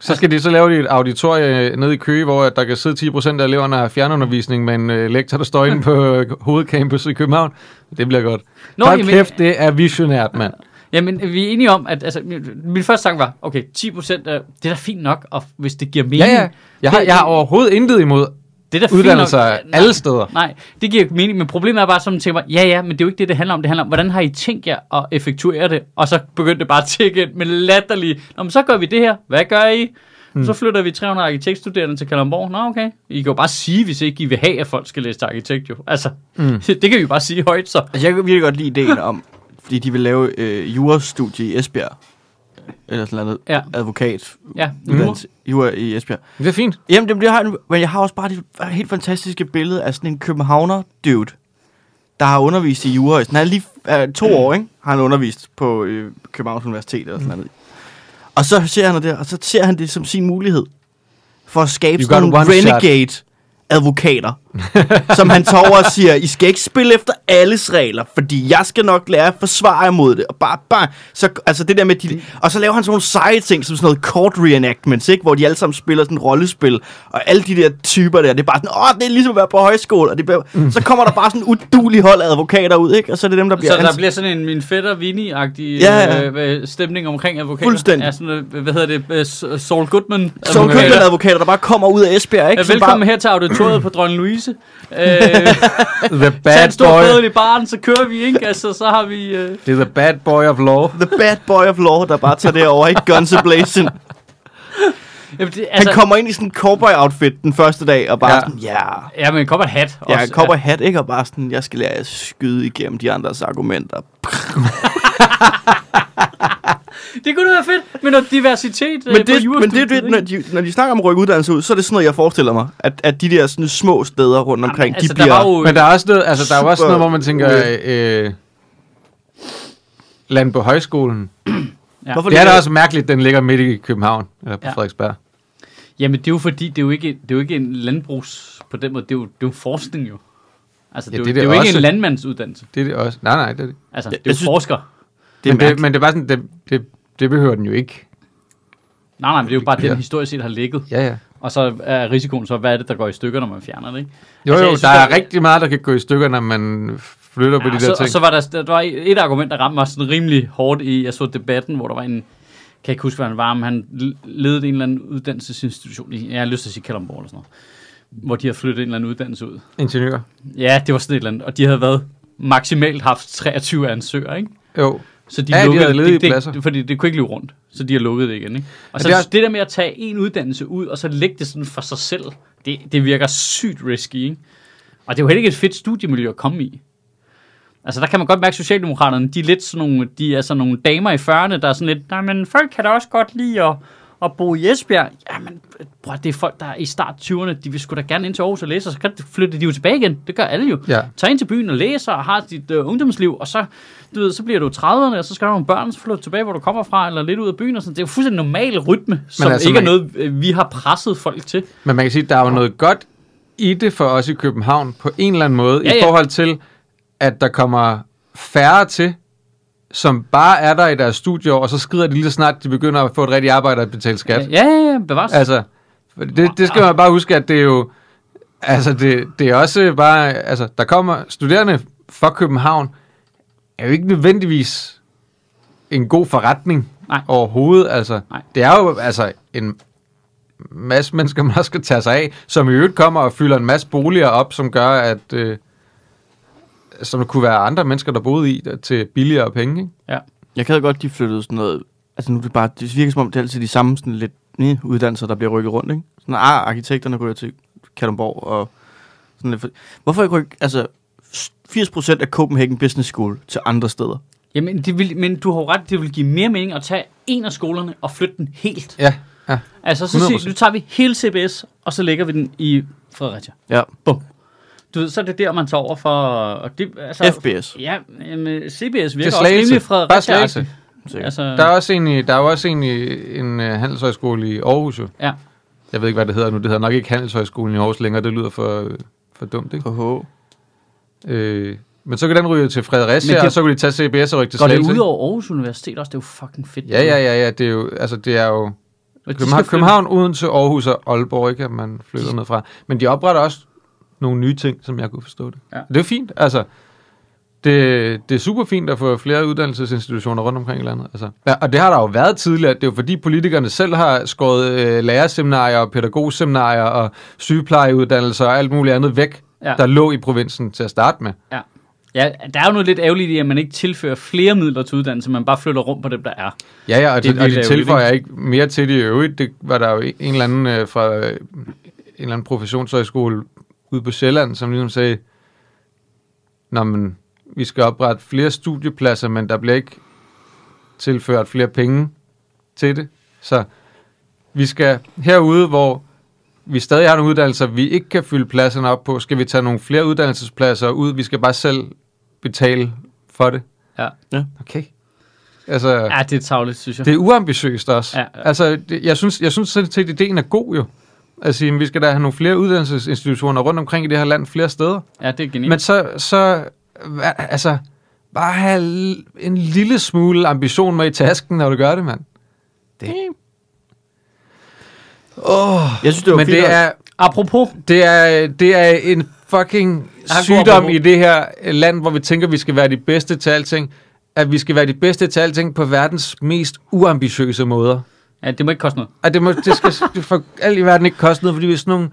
A: så skal de så lave de et auditorie øh, nede i Køge, hvor at der kan sidde 10% af eleverne og have fjernundervisning med en øh, lektor, der står inde på øh, hovedcampus i København. Det bliver godt.
B: Nå,
A: Nå, Hold
B: jamen-
A: kæft, det er visionært, mand.
B: Jamen, vi er enige om, at altså, min, min første tanke var, okay, 10%, øh, det er da fint nok, og hvis det giver mening.
A: Ja, ja. Jeg har, jeg har overhovedet intet imod
B: Det er da
A: uddannelser
B: fint nok. Nej,
A: alle steder.
B: Nej, det giver ikke mening, men problemet er bare, som man tænker, mig, ja, ja, men det er jo ikke det, det handler om. Det handler om, hvordan har I tænkt jer at effektuere det? Og så begyndte det bare at tække ind med latterlige, Nå, men så gør vi det her. Hvad gør I? Så flytter vi 300 arkitektstuderende til Kalamborg. Nå, okay. I kan jo bare sige, hvis ikke I vil have, at folk skal læse til arkitekt, jo. Altså, mm. det kan vi jo bare sige højt, så.
C: Altså, jeg kan virkelig godt lide ideen om, fordi de vil lave øh, jurastudie i Esbjerg. Eller sådan noget.
B: Ja.
C: Advokat.
B: Ja,
C: Mm.
B: nu.
C: Jura i Esbjerg.
A: Det er fint.
C: Jamen, det, jeg har, en- men jeg har også bare det helt fantastiske billede af sådan en københavner-dude, der har undervist i jura. Sådan, han er lige øh, to år, ikke? Har han undervist på øh, Københavns Universitet eller sådan noget. Og så ser han det, og så ser han det som sin mulighed for at skabe
A: You
C: sådan
A: got
C: nogle
A: one shot.
C: renegade-advokater, som han tager over og siger, I skal ikke spille efter alles regler, fordi jeg skal nok lære at forsvare imod det. Og bare, bare, så, altså det der med de, og så laver han sådan nogle seje ting, som sådan noget court reenactments, ikke? hvor de alle sammen spiller sådan et rollespil, og alle de der typer der, det er bare sådan, åh, det er ligesom at være på højskole, og det bliver, så kommer der bare sådan en udulig hold af advokater ud, ikke? og så er det dem, der bliver
B: Så der
C: ansat.
B: bliver sådan en min fætter Vini-agtig
C: Ja, ja.
B: øh, øh, stemning omkring advokater.
C: Fuldstændig.
B: Ja, sådan, øh, hvad hedder det? Øh, S- Saul Goodman.
C: Så
B: advokater.
C: advokater. advokater, der bare kommer ud af Esbjerg, ikke?
B: Ja,
C: Som
B: velkommen her til auditoriet på Dronning Louise. Øh,
A: The
B: tag en
A: bad
B: stor
A: boy.
B: fædel i baren, så kører vi, ikke? Altså, så har vi... Øh,
A: Det er the bad boy of law.
C: The bad boy of law, der bare tager det over, ikke? Guns Ablazing.
B: jamen, det,
C: Han
B: altså,
C: kommer ind i sådan en cowboy-outfit den første dag, og bare
A: Ja.
C: ja. sådan, ja,
B: Ja, men kommer et hat
C: ja,
B: også.
C: cowboy hat, ikke? Og bare sådan, jeg skal lære at skyde igennem de andres argumenter.
B: Det kunne da være fedt med noget diversitet øh,
C: Men
B: på
C: det, men det,
B: jurastudiet,
C: det
B: ikke?
C: når, de, når de snakker om at rykke uddannelse ud, så er det sådan noget, jeg forestiller mig, at, at de der sådan små steder rundt omkring, Jamen, de
B: altså,
C: altså, bliver...
B: Der var jo,
A: Men der er også noget, altså, der er jo også
C: Super
A: noget, hvor man tænker,
C: weird.
A: øh, land på højskolen.
B: ja.
C: Hvorfor
A: Det er
C: ligger-
A: da også mærkeligt, den ligger midt i København, eller på
B: Ja.
A: ja. Frederiksberg.
B: Jamen, det er jo fordi, det er jo ikke, det er jo ikke en landbrugs... På den måde, det er jo, det er jo forskning jo. Altså, det,
A: Ja,
B: er jo-
A: det er
B: det, er
A: det
B: jo ikke
A: også.
B: en landmandsuddannelse.
A: Det er det også. Nej, nej, det er det.
B: Altså, det
C: Jeg-
B: er jo
C: jeg synes-
B: forsker.
C: Det er
A: men, det
C: mærkeligt.
A: men det er bare sådan, det, det, det behøver den jo ikke.
B: Nej, nej, men det er jo bare det,
A: Ja.
B: den historisk set har ligget.
A: Ja, ja.
B: Og så er risikoen så, hvad er det, der går i stykker, når man fjerner det, ikke?
A: Jo,
B: Altså,
A: altså,
B: jeg
A: jo, der
B: synes,
A: er
B: der-
A: rigtig meget, der kan gå i stykker, når man flytter ja, på de
B: og
A: der
B: så,
A: ting.
B: Og så var der, der var et argument, der ramte mig sådan rimelig hårdt i, jeg så debatten, hvor der var en, kan ikke huske, hvad han var, men han l- ledede en eller anden uddannelsesinstitution, i, jeg har lyst til at sige Kalundborg eller sådan noget, hvor de havde flyttet en eller anden uddannelse ud.
A: Ingeniør.
B: Ja, det var sådan et eller andet, og de havde været maksimalt haft 23 ansøgere, ikke?
A: Jo.
B: Så de
A: Ja, de
B: lukkede
A: havde ledige
B: det, det,
A: pladser.
B: det, fordi det kunne ikke løbe rundt, så de har lukket det igen, ikke? Og så
A: det
B: det,
A: er-
B: det der med at tage en uddannelse ud, og så lægge det sådan for sig selv, det, det virker sygt risky, ikke? Og det er jo heller ikke et fedt studiemiljø at komme i. Altså, der kan man godt mærke, at Socialdemokraterne, de er lidt sådan nogle, de er sådan nogle damer i 40'erne, der er sådan lidt, nej, men folk kan da også godt lide at, at bo i Esbjerg. Jamen, bror, det er folk, der er i start 20'erne, de vil sgu da gerne ind til Aarhus og læse, og så kan de flytte de jo tilbage igen. Det gør alle jo.
A: Ja.
B: Tag ind til byen og læser og har dit øh, ungdomsliv, og så, du ved, så bliver du 30'erne, og så skal du have nogle børn, så flytter du tilbage, hvor du kommer fra, eller lidt ud af byen og sådan. Det er jo fuldstændig normal rytme, som
A: altså,
B: ikke er
A: man-
B: noget, øh, vi har presset folk til.
A: Men man kan sige, der er jo noget godt i det for os i København, på en eller anden måde,
B: Ja,
A: i
B: ja.
A: forhold til, at der kommer færre til, som bare er der i deres studieår, og så skrider de lige så snart, de begynder at få et rigtigt arbejde og betale skat.
B: Ja, ja, ja, bevares.
A: Altså, det, det skal man bare huske, at det er jo... Altså, det, det er også bare... Altså, der kommer studerende fra København, er jo ikke nødvendigvis en god forretning
B: Nej.
A: overhovedet. Altså,
B: Nej.
A: det er jo altså en masse mennesker, man også skal tage sig af, som i øvrigt kommer og fylder en masse boliger op, som gør, at... Øh, som kunne være andre mennesker, der boede i, til billigere penge. Ikke?
B: ja.
C: Jeg kan godt, de flyttede sådan noget... Altså nu er det bare... Det virker som om, det er altid de samme sådan lidt eh, uddannelser, der bliver rykket rundt, ikke? Sådan, ah, arkitekterne rykker til Kalundborg og... Sådan lidt. for- Hvorfor ikke rykke... Altså, 80% af Copenhagen Business School til andre steder.
B: Jamen, det vil, men du har jo ret, det vil give mere mening at tage en af skolerne og flytte den helt.
A: Ja, ja.
B: Altså, så siger,
A: 100%.
B: nu tager vi hele CBS, og så lægger vi den i Fredericia.
C: Ja.
B: Bum. Du ved, så er det der, man tager over for... Og det, altså,
C: FBS.
B: Ja, jamen, CBS
A: Det er
B: virker også
A: Slagelse.
B: rimelig
A: Bare
B: Fredericia.
A: Slagelse.
B: Altså,
A: Der er også en, i- der er jo også en, i- en øh, handelshøjskole i Aarhus, jo.
B: ja.
A: Jeg ved ikke, hvad det hedder nu. Det hedder nok ikke Handelshøjskolen i Aarhus længere. Det lyder for, øh, for dumt, ikke?
C: Oho.
A: Øh, men så kan den ryge til
B: Men
A: Fredericia,
B: det-
A: det, og så kan de tage CBS og rykke til
B: Går det
A: Slagelse.
B: ud
A: ikke?
B: over Aarhus Universitet også? Det er jo fucking fedt.
A: Ja, ja, ja, ja. Det er jo, altså, det er jo
B: Og de skal
A: København,
B: flytte-
A: København uden til Aarhus og Aalborg, ikke? At man flytter ned fra. Men de opretter også nogle nye ting, som jeg kunne forstå det.
B: Ja.
A: Det er fint, altså. Det, det er super fint at få flere uddannelsesinstitutioner rundt omkring i landet. Altså. Ja, og det har der jo været tidligere. Det er jo fordi politikerne selv har skåret øh, lærerseminarier og pædagogseminarier og sygeplejeuddannelser og alt muligt andet væk,
B: Ja.
A: ja. der lå i provinsen til at starte med.
B: Ja. ja, der er jo noget lidt ærgerligt i, at man ikke tilfører flere midler til uddannelse, man bare flytter rum på dem, der er.
A: Ja, ja, og
B: Det
A: det,
B: er
A: det, og
B: vildt
A: det
B: ærgerligt,
A: tilføjer ikke mere til det i øvrigt. Det var der jo en en eller anden øh, fra øh, en eller anden professionshøjskole ude på Sjælland, som ligesom sagde, Nå, men vi skal oprette flere studiepladser, men der bliver ikke tilført flere penge til det. Så vi skal herude, hvor vi stadig har nogle uddannelser, vi ikke kan fylde pladserne op på, skal vi tage nogle flere uddannelsespladser ud. Vi skal bare selv betale for det.
B: Ja.
A: Okay. Altså,
B: ja, det er tavligt, synes jeg.
A: Det er uambitiøst også.
B: Ja,
A: Ja,
B: ja.
A: ja. Altså, det, jeg synes, jeg synes sådan set, at ideen er god jo. At sige, at vi skal da have nogle flere uddannelsesinstitutioner rundt omkring i det her land flere steder.
B: Ja, det er genialt.
A: Men så, så hva- altså, bare have l- en lille smule ambition med i tasken, når du gør det, mand.
C: Det-
A: Åh,
C: Jeg synes, det var
A: men
C: fint.
A: det
C: også.
A: er,
B: Apropos,
A: det, er, det er en fucking
B: Ja, god
A: sygdom
B: apropos.
A: i det her øh, land, hvor vi tænker, vi skal være de bedste til alting. At vi skal være de bedste til alting på verdens mest uambitiøse måder.
B: ja, det må ikke koste noget.
A: Og det, må, det skal det for alt i verden ikke koste noget, fordi vi er sådan nogle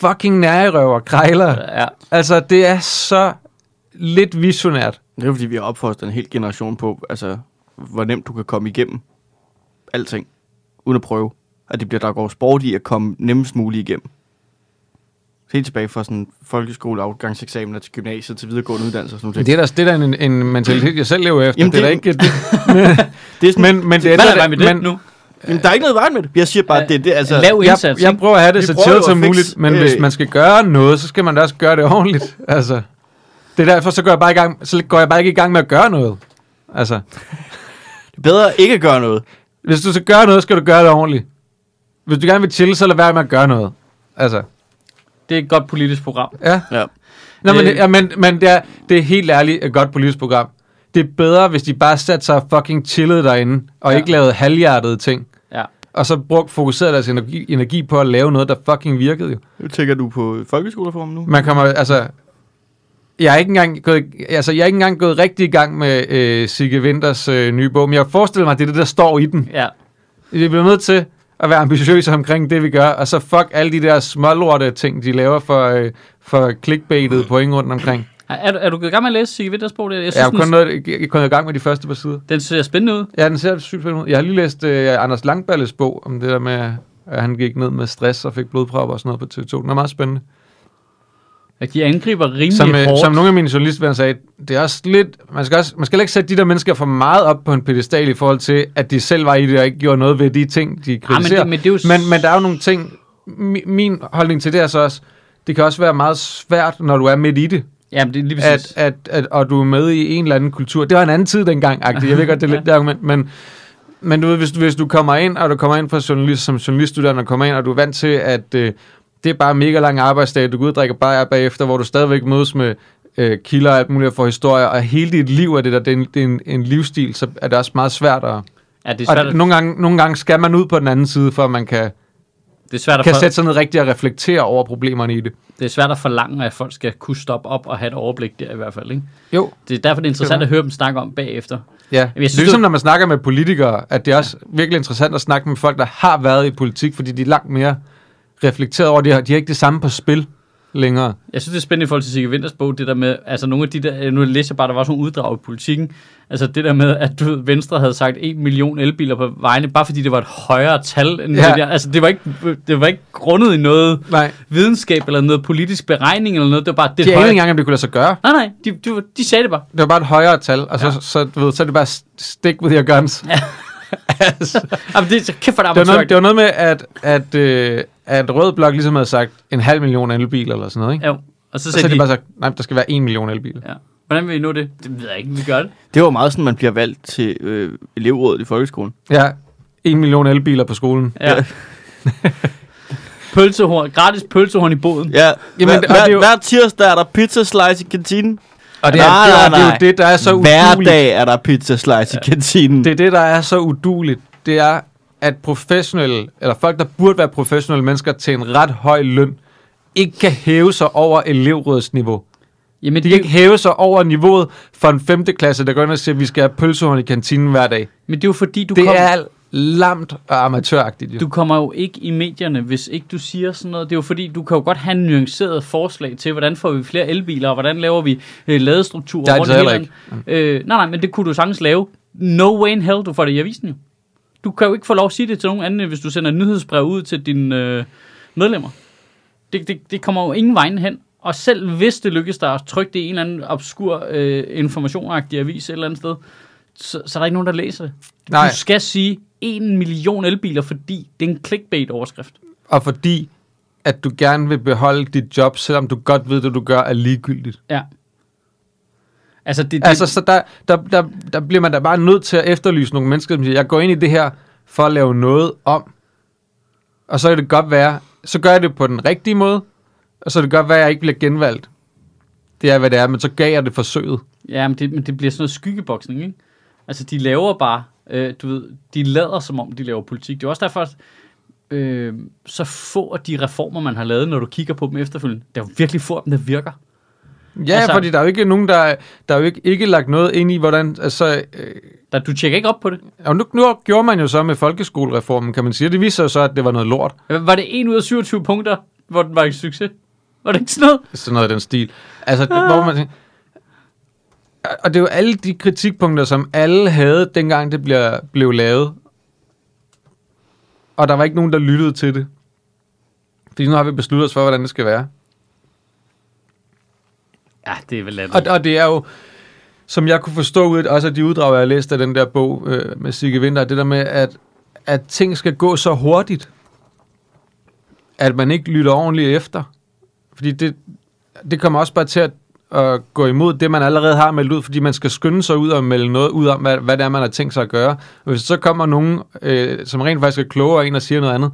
A: fucking nærerøver, krejler.
B: Ja.
A: Altså, det er så lidt visionært.
C: Det er jo, fordi, vi har opfostret en hel generation på, altså, hvor nemt du kan komme igennem alting, uden at prøve. At det bliver, der går sport i at komme nemmest muligt igennem. Helt tilbage fra sådan folkeskole, afgangseksamener til gymnasiet, til videregående uddannelse og sådan noget.
A: Det er da det er da en, en mentalitet, jeg selv lever efter.
C: Jamen,
A: Jamen, det, er da ikke...
C: det-
A: Det,
C: det er sådan,
A: men, men det
B: Hvad er
A: da-
B: der med det
A: men,
B: nu?
A: Øh,
C: jamen, der er ikke noget i vejen med det. Jeg siger bare, at det er det, altså...
B: Lav indsats.
A: Jeg, jeg
B: ikke?
A: prøver at have det
C: Vi
A: så
C: prøver jo
A: chill som
C: at fikse-
A: muligt, men
C: øh.
A: hvis man skal gøre noget, så skal man da også gøre det ordentligt. Altså, det er derfor, så går, jeg bare i gang, så går jeg bare ikke i gang med at gøre noget. Altså,
C: Bedre ikke at gøre noget.
A: hvis du skal gøre noget, skal du gøre det ordentligt. Hvis du gerne vil chille, så lad være med at gøre noget. Altså,
B: Det er et godt politisk program.
A: ja.
C: Ja.
A: Nå, men,
B: Øh.
A: det, ja, men, men det, er, det er helt ærligt et godt politisk program. Det er bedre, hvis de bare satte sig og fucking chillede derinde, og
B: Ja.
A: ja. ikke lavede halvhjertede ting,
B: Ja.
A: og så brugt fokuseret deres energi, energi på at lave noget, der fucking virkede jo.
C: Nu tænker du på folkeskolereformen nu?
A: Man kommer, altså... Jeg er ikke engang gået, altså, jeg er ikke engang gået rigtig i gang med øh, Sigge Winters øh, nye bog, men jeg forestiller mig, at det er det, der står i den.
B: Ja.
A: Vi bliver nødt til at være ambitiøse omkring det, vi gør, og så fuck alle de der smålorte ting, de laver for, øh, for clickbaitet point rundt omkring.
B: Er, du- er du gået i gang med at læse Sigge Winters bog? Jeg synes,
A: Jeg er jo kun
B: den,
A: noget, jeg er kun i gang med de første par sider.
B: den ser spændende ud.
A: Ja, den ser sygt spændende ud. Jeg har lige læst øh, Anders Langballes bog om det der med, at han gik ned med stress og fik blodpropper og sådan noget på TV2. Den er meget spændende.
B: At de angriber rimelig
A: Som, øh,
B: hårdt.
A: som nogle af mine journalistvenner sagde, det er også lidt, man skal, også, man skal heller ikke sætte de der mennesker for meget op på en pedestal i forhold til, at de selv var i det og ikke gjorde noget ved de ting, de
B: ah, men,
A: kritiserer.
B: det, men det er jo...
A: Men, men der er jo nogle ting, mi, min holdning til det er så også, det kan også være meget svært, når du er midt i det,
B: Ja, men det er lige præcis.
A: at, at, at, og du er med i en eller anden kultur. Det var en anden tid dengang, agtigt. jeg ved godt, det er lidt det argument, men, men du ved, hvis, du- hvis du kommer ind, og du kommer ind fra journalist, som journaliststuderende, og kommer ind, og du er vant til, at øh, det er bare mega lang arbejdsdag, du går ud og drikker bare bagefter, hvor du stadigvæk mødes med øh, kilder og alt muligt for historier, og hele dit liv er det der, det er en, det er en, en livsstil, så er det også meget svært at...
B: ja, det er
A: Og
B: svært,
A: det, nogle, gange, nogle gange skal man ud på den anden side, for at man kan,
B: det er svært at
A: kan
B: for-
A: sætte sig ned rigtigt og reflektere over problemerne i det.
B: Det er svært at forlange, at folk skal kunne stoppe op og have et overblik der i hvert fald. Ikke?
A: Jo,
B: Det er derfor, det er
A: Det er
B: interessant at høre dem snakke om bagefter.
A: Ja,
B: jeg synes,
A: jeg synes, det er ligesom,
B: det-
A: når man snakker med politikere, at det er også virkelig interessant at snakke med folk, der har været i politik, fordi de er langt mere reflekteret over det her. De har ikke det samme på spil længere.
B: Jeg synes, det er spændende i forhold til Sigge Winters bog, det der med, altså nogle af de der, nu læser jeg bare, der var sådan nogle uddrag i politikken, altså det der med, at du ved, Venstre havde sagt 1 million elbiler på vejene, bare fordi det var et højere tal end ja.
A: Ja.
B: det der. Altså det var, ikke, det var ikke grundet i noget
A: Nej,
B: videnskab eller noget politisk beregning eller noget, det var bare det
A: de
B: er et
A: anede
B: højere.
A: ikke engang, om det kunne lade sig gøre.
B: Nej, nej, de, de, de sagde det bare.
A: Det var bare et højere tal, og så,
B: Ja.
A: ja. så, så, du ved, så er det bare st- stick with your guns. Ja. altså,
B: Jamen, Ah, det er så kæft for
A: det, var noget,
B: det
A: det var noget med, at, at, øh, at Rød Blok ligesom havde sagt en halv million elbiler eller sådan noget, ikke?
B: Ja, og så
A: Og så
B: sagde
A: har
B: de,
A: de bare sagt, nej, der skal være en million elbiler.
B: ja. hvordan vil I nå det? Det ved jeg ikke, men vi gør det.
C: Det var meget sådan, man bliver valgt til øh, elevrådet i folkeskolen.
A: Ja, en million elbiler på skolen.
B: Ja. pølsehorn, gratis pølsehorn i båden.
C: Ja,
A: Jamen,
C: hver,
A: og det er
C: hver,
A: jo-
C: hver tirsdag er der pizza slice i kantinen.
A: Og det er,
C: Nej,
A: det, er,
C: nej,
A: det er
C: nej.
A: jo det, der er så
C: Hver
A: udueligt.
C: dag er der pizza slice i kantinen.
A: Det er det, der er så uduligt. Det er, at professionelle, eller folk, der burde være professionelle mennesker til en ret høj løn, ikke kan hæve sig over elevrådsniveau.
B: Jamen,
A: De
B: det,
A: kan ikke hæve sig over niveauet for en 5. klasse, der går ind og siger, at vi skal have pølsehorn i kantinen hver dag.
B: men det er jo fordi, du
A: Det
B: kom,
A: er alt lamt og amatøragtigt. Jo.
B: du kommer jo ikke i medierne, hvis ikke du siger sådan noget. Det er jo fordi, du kan jo godt have en nuanceret forslag til, hvordan får vi flere elbiler, og hvordan laver vi øh, ladestrukturer
A: Der er de
B: rundt
A: så
B: i hele
A: heller
B: landet. Øh, nej, nej, men det kunne du sagtens lave. No way in hell, du får det i avisen jo. Du kan jo ikke få lov at sige det til nogen anden, end hvis du sender et nyhedsbrev ud til dine øh, medlemmer. Det, det, det kommer jo ingen vejen hen. Og selv hvis det lykkes dig at trykke det i en eller anden obskur øh, informationagtig avis et eller andet sted, så, så er der ikke nogen, der læser det.
A: Nej.
B: Du skal sige 1 million elbiler, fordi det er en clickbait-overskrift.
A: Og fordi, at du gerne vil beholde dit job, selvom du godt ved, at du gør er ligegyldigt.
B: Ja. Altså, det, det,
A: Altså, så der, der, der, der bliver man da bare nødt til at efterlyse nogle mennesker, som siger, jeg går ind i det her for at lave noget om. Og så kan det godt være, så gør jeg det på den rigtige måde, og så kan det godt være, at jeg ikke bliver genvalgt. Det er, hvad det er, men så gav jeg det forsøget.
B: Ja, men det, men det bliver sådan noget skyggeboksning, ikke? Altså, de laver bare, øh, du ved, de lader som om, de laver politik. Det er også derfor, at, øh, så få af de reformer, man har lavet, når du kigger på dem efterfølgende, der er jo virkelig få af dem, der virker.
A: Ja,
B: Altså-
A: altså, fordi der er jo ikke nogen, der, der er jo ikke, ikke lagt noget ind i, hvordan... Altså, øh,
B: Der, du tjekker ikke op på det.
A: og nu, nu gjorde man jo så med folkeskolereformen, kan man sige. Det viser jo så, at det var noget lort.
B: Var det en ud af 27 punkter, hvor den var en succes? Var det ikke sådan noget?
A: sådan noget af den stil. Altså, det, hvor man tænker, og det er jo alle de kritikpunkter, som alle havde, dengang det bliver, blev lavet. Og der var ikke nogen, der lyttede til det. Fordi nu har vi besluttet os for, hvordan det skal være.
B: Ja, det er vel andet.
A: Og, og det er jo, som jeg kunne forstå ud af også af de uddrag, jeg har læst af den der bog øh, med Sigge Winter, det der med, at, at ting skal gå så hurtigt, at man ikke lytter ordentligt efter. Fordi det, det kommer også bare til at, at gå imod det, man allerede har meldt ud, fordi man skal skynde sig ud og melde noget ud om, hvad, hvad det er, man har tænkt sig at gøre. Og hvis så kommer nogen, øh, som rent faktisk er klogere en og siger noget andet,